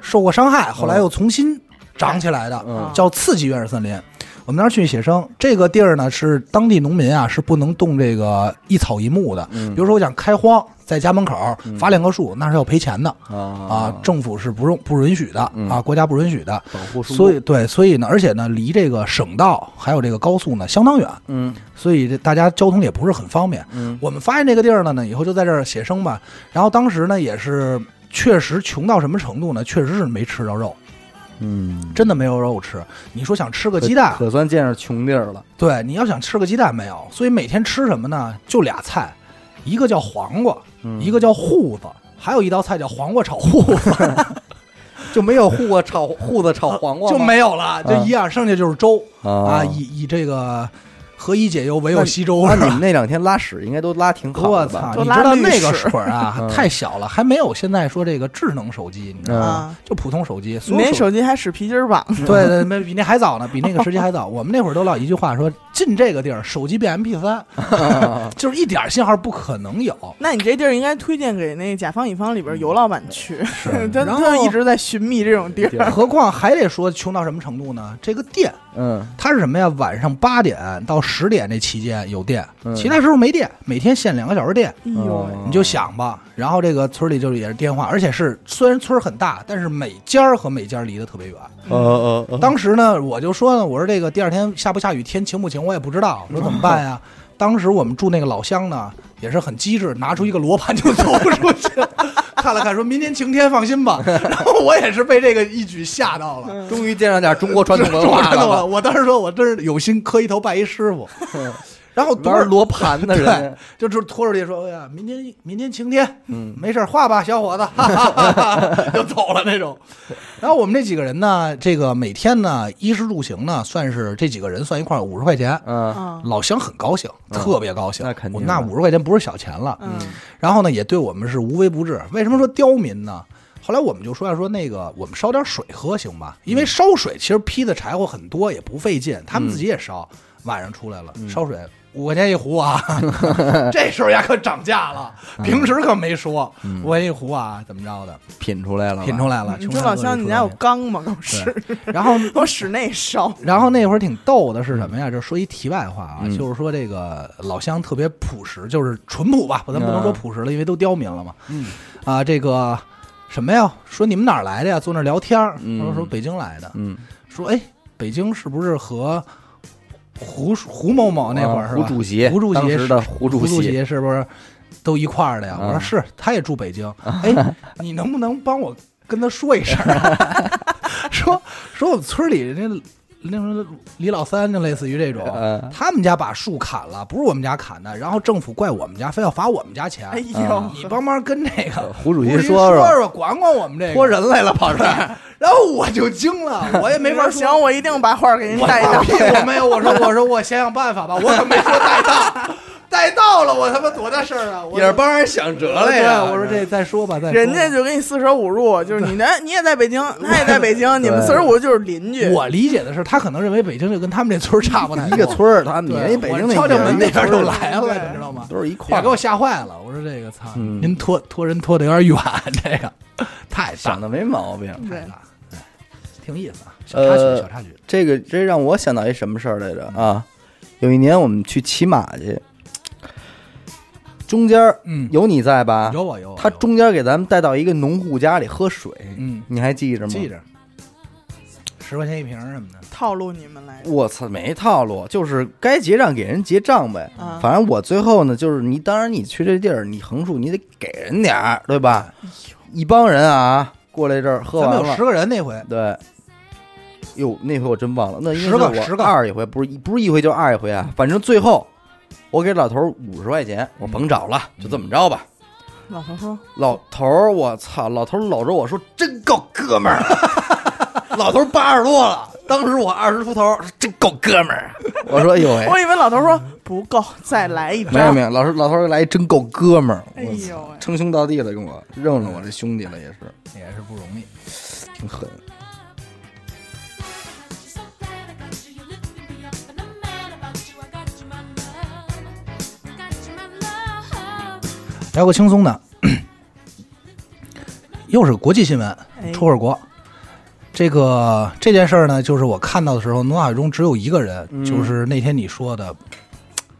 受过伤害，后来又重新长起来的，
嗯
叫次级原始森林。我们当时去写生，这个地儿呢是当地农民啊是不能动这个一草一木的。
嗯
比如说我想开荒，在家门口伐两棵树，那是要赔钱的
啊嗯
啊，政府是不容不允许的啊，国家不允许的。
保护树木
所以对，所以呢，而且呢，离这个省道还有这个高速呢相当远，
嗯
所以这大家交通也不是很方便。
嗯
我们发现这个地儿了呢，以后就在这儿写生吧。然后当时呢，也是确实穷到什么程度呢？确实是没吃着肉，
嗯，
真的没有肉吃。你说想吃个鸡蛋，
可算见着穷地儿了。
对，你要想吃个鸡蛋没有，所以每天吃什么呢？就俩菜，一个叫黄瓜，
嗯
一个叫瓠子，还有一道菜叫黄瓜炒瓠
[laughs]
子，
就没有护过炒护子炒黄 [laughs] 瓜吗，
就没有了，就一样，剩下就是粥
啊
啊，以以这个合一解忧，唯有稀粥
那
是
你们
吧？
那两天拉屎应该都拉
[laughs]
挺好
我
的
操！
吧？
你
都
知
拉
道
绿
那个
屎
水儿啊，
[laughs] 嗯
太小了，还没有现在说这个智能手机，你知道吗？
啊，
就普通手机，
嗯
所有
您手机还使皮筋儿绑，
[laughs] 对对，没比那还早呢，比那个时期
[laughs]
还早。我们那会儿都唠一句话说，进这个地儿手机变
[laughs]
MP 三，就是一点信号不可能有。
那你这地儿应该推荐给那《甲方乙方》里边尤老板去， [laughs] 他
然
他
后
一直在寻觅这种地儿。
何况还得说穷到什么程度呢？这个店
嗯
它是什么呀？晚上八点到十点这期间有电
嗯，
其他时候没电，每天限两个小时电。
哎呦喂，
你就想吧，然后这个村里就是也是电话，而且是虽然村儿很大，但是每家儿和每家儿离得特别远。
呃呃呃
当时呢，我就说呢，我说这个第二天下不下雨，天晴不晴，我也不知道，我说怎么办呀？当时我们住那个老乡呢，也是很机智，拿出一个罗盘就走出去，看了看， [laughs] 说明天晴天，放心吧。然后我也是被这个一举吓到了。
[laughs] 终于见上点中国传统文化
[laughs] 真的我
了吧，嗯
我当时说，我真是有心磕一头拜一师傅。然后多少
玩罗盘的人
[laughs] 对，，就是拖出去说，哎呀，明天明天晴天，嗯，没事儿画吧，小
[laughs]
伙子， [laughs] 哈哈哈哈就走了那种。然后我们这几个人呢，这个每天呢，衣食住行呢，算是这几个人算一块五十块钱。
嗯
啊，
老乡很高兴，特别高兴。
那肯定
我那
的
五十块钱不是小钱了。
嗯，
然后呢，也对我们是无微不至。为什么说刁民呢？后来我们就说呀，说那个我们烧点水喝行吧？因
嗯
为烧水其实劈的柴火很多，也不费劲，他们自己也烧。晚上出来了
嗯
烧水五块钱一
[laughs]
壶啊，这时候呀可涨价了，
嗯
平时可没说五块钱一壶啊，怎么着的
品出嗯来了吧，
品出来了。
你
穷
这
山
老
恶
嗯乡，
水
你家
出来
有
了
缸吗？给我使， [laughs]
然后
给我使那烧。
然后那会儿挺逗的是什么
嗯
呀？就说一题外话啊，就是说这个老乡特别朴实，就是淳朴
嗯
吧，不咱不能说朴实了，因为都刁民了嘛。嗯，啊，这个什么呀？说你们哪儿来的呀？坐那儿聊天儿，
嗯
说说北京来的，
嗯，
说哎，北京是不是和胡胡某某哦那会儿
啊
是吧？
胡主席
胡主席
当时的
是
胡主
主
席
是不是都一块儿的呀？我说
啊
是，他也住
[laughs]
北京。哎，你能不能帮我跟他说一声啊？说说我们村里那那什么李老三，就类似于这种
嗯，
他们家把树砍了，不是我们家砍的，然后政府怪我们家，非要罚我们家钱。
哎呦，
你帮忙跟那个
[laughs] 胡主席
说
说说
说，管管我们这个
托人来了跑这
对
儿，
然后我就惊了，我也没法
说
说
[laughs]
行，我一定把话给您
我
带到
放。屁，我没有，我说我说我想想办法吧，我可没说
[laughs]
带到，带到了我他妈多大事儿啊！我
也是帮人想辙了
对
呀。
我说这再说吧，再说吧
人家就给你四舍五入，就是你那你也在北京，他也在北京，你们四舍五入就是邻居。
我理解的是，他可能认为北京就跟他们这村儿差不太多，
一个村儿，他们
对，
连一北京
我敲敲门
那
那边就
都
来了，
对
你知道吗？
都是一块
也
儿
给我，吓坏了，我说这个操，
嗯
您拖拖人拖的有点远，这个太大
想的没毛病。
太
对
大，了，哎挺有意思啊，小插曲，
呃
小插曲，
这个这让我想到一什么事儿来着啊？有一年我们去骑马去，中间儿
嗯，
有你在吧？
有我有我，啊
他
有我
中间给咱们带到一个农户家里喝水，
嗯
你还记着吗？
记。着，十块钱一瓶儿什么的，
套路你们来着，
我操，没套路，就是该结账给人结账呗。
啊
反正我最后呢，就是你，当然你去这地儿，你横竖你得给人点儿，对吧？一帮人啊，过来这儿喝
哎咱
完
们有
了
十，个人那回，
对。哟，那回我真忘了，那应该
十个
是我
十个
二一回，不是一不是一回就是二一回啊。反正最后，我给老头五十块钱，我
嗯
甭找了，就这么着吧。
老头说
老头儿，我操！老头儿搂着我说：“真够哥们 [laughs] 儿。”老头八十多了，当时我二十出头，说真够哥们儿。我说：“哎呦喂、
我以为老头说不够，再来一张。
没有没有，老头老头儿来一真够哥们儿。”
哎
我操
呦喂，
称兄道弟了，跟我认了我这兄弟了，也是
也是不容易。
挺狠。
I
聊个轻松的， [clears throat] 又是国际新闻，出会儿国。这个这件事儿呢，就是我看到的时候，脑海中只有一个人，就是那天你说的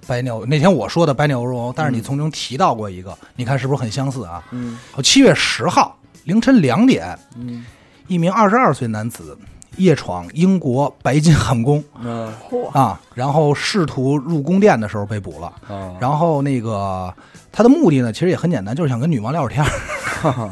白鸟，那天我说的白鸟鹅绒，但是你从中提到过一个，你看是不是很相似啊？
嗯，
七月十号凌晨两点，一名二十二岁男子夜闯英国白金汉宫
嗯
啊，然后试图入宫殿的时候被捕了。
啊，
然后那个他的目的呢，其实也很简单，就是想跟女王聊会儿天儿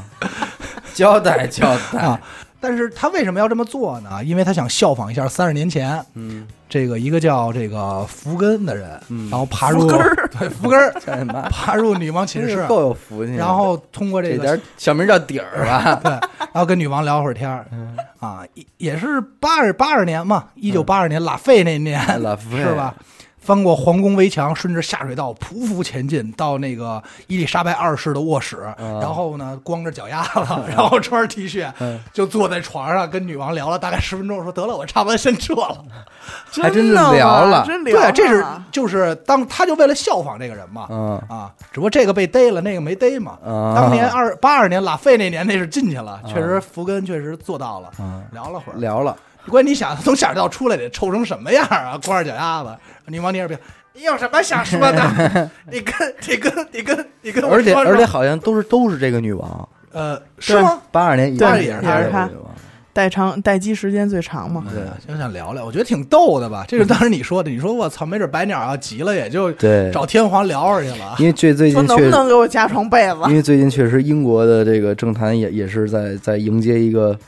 交代交 [laughs] 代，
啊。 [laughs] 但是他为什么要这么做呢？因为他想效仿一下三十年前
嗯，
这个一个叫这个福根的人，
嗯
然后爬入
福根
对福根儿 [laughs]
真他妈
爬入女王寝
真是
室，
够有福气的。
然后通过
这
个
点儿小名叫底儿吧，
[laughs] 对，然后跟女王聊会儿天儿，
嗯
啊，也也是八二八二年嘛，一九八二年拉菲那年，
嗯拉菲
[laughs] 是吧？翻过皇宫围墙，顺着下水道匍匐前进，到那个伊丽莎白二世的卧室，
嗯
然后呢，光着脚丫子，然后穿着 T 恤，就坐在床上跟女王聊了大概十分钟，说得了，我差不多先撤了。
还真是
的吗
聊了
真聊
对，啊
了，啊
这是就是当他就为了效仿这个人嘛，
[laughs] 嗯
啊，只不过这个被逮了，那个没逮嘛。
啊
当年二八二年拉菲那年那是进去了，确实福根确实做到了，聊了会儿。
啊聊了，
关键你想从下水道出来得臭成什么样啊？光着脚丫子，你往你耳边，你有什么想说的？ [laughs] 你跟你跟你跟你跟我
而且
说说
而且好像都是都是这个女王，
呃是吗？
八二年以
对
后
也
她
是她
也是她
女王，
待长待机时间最长嘛。
对
就想聊聊，我觉得挺逗的吧。这是当时你说的，你说我操，没准白鸟要急了也就
对
找天皇聊会儿去了。
因为最最
说
近
能
嗯确
不
实，嗯
能给我加床被子？
因为最近确实英国的这个政坛也也是在在迎接一个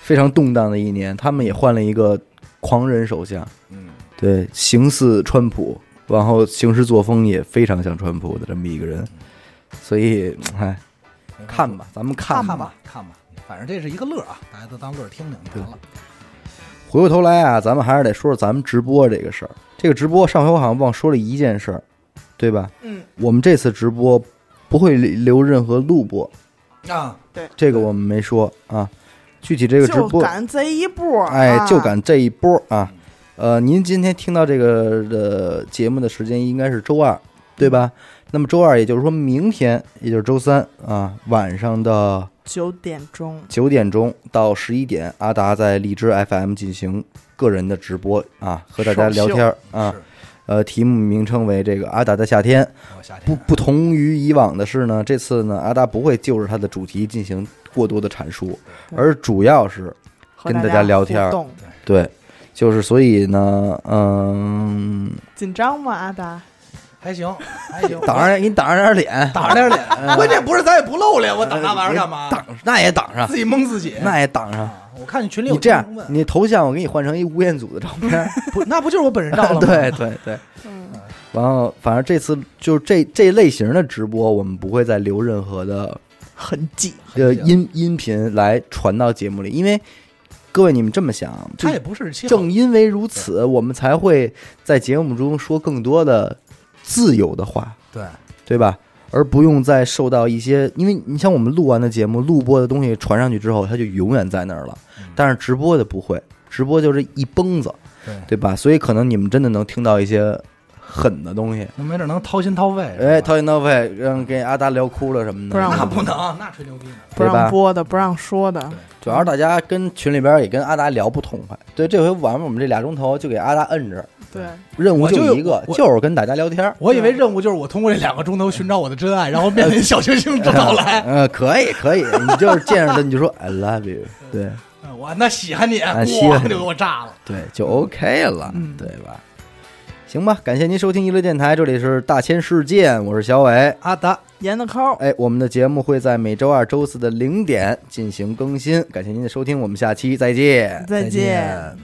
非常动荡的一年，他们也换了一个狂人首相，
嗯，
对，形似川普，然后行事作风也非常像川普的这么一个人，所以哎，看吧，咱们看
看吧，看吧，反正这是一个乐啊，大家都当乐儿听听就完了。
回过头来啊，咱们还是得说说咱们直播这个事儿。这个直播上回我好像忘说了一件事儿，对吧？
嗯，
我们这次直播不会留任何录播，
啊，
这个我们没说啊。具体这个直
就
播，
赶这一步，
哎
啊，
就赶这一波啊。呃，您今天听到这个的节目的时间应该是周二，对吧？那么周二，也就是说明天，也就是周三啊，晚上的
九点钟，
九点钟到十一点，阿达在荔枝 FM 进行个人的直播啊，和大家聊天儿啊。
是
呃，题目名称为这个《阿达的夏天》。
我夏
不
天
不同于以往的是呢，这次呢，阿达不会就着它的主题进行过多的阐述，而主要是
和
跟大家
家
聊天儿
互动
对，就是所以呢，嗯，
紧张吗？阿达，
还行，还行，
挡上你挡上点脸，
挡着点脸，关键不是咱也不露脸，我挡那玩意儿干嘛？
挡那也挡上，
自己蒙自己。
那也挡上。
啊我看你群里有
你这样
听众，问
你头像我给你换成一吴彦祖的照
[laughs]
片儿，
不那不就是我本人照 [laughs] 了吗？
对对对，然后反正这次就是这这类型的直播，我们不会再留任何的
痕迹，
呃
行
音音频来传到节目里，因为各位你们这么想，就
他也不是气候
正因为如此，我们才会在节目中说更多的自由的话，
对，
对吧？而不用再受到一些，因为你像我们录完的节目、录播的东西传上去之后，它就永远在那儿了。
嗯
但是直播的不会，直播就是一蹦子，
对
对吧？所以可能你们真的能听到一些狠的东西，
那没准能掏心掏肺。
哎，
是吧
掏心掏肺，让给阿达聊哭了什么的。
不让
那不能，那吹牛逼呢。
不
对吧
让播的，不让说的，
主要是大家跟群里边也跟阿达聊不痛快。对，这回晚上我们这俩钟头就给阿达摁着，
对，
任务
我就
就一个，
我
就是跟大家聊天儿。
我以为任务就是我通过这两个钟头寻找我的真爱，然后面临小行 [laughs] 星的 [laughs] 到来。
呃，可以可以，你就是见着他你就说 I love you，对
嗯我那稀罕哎你，
啊稀罕
咣
你
就给我炸了。
对，就 OK 了，
嗯
对吧？行吧，感谢您收听娱乐电台，这里是大千世界，我是小伟。
阿达，
严的抠儿，
哎，我们的节目会在每周二、周四的零点进行更新，感谢您的收听，我们下期再见。
再
再见
见。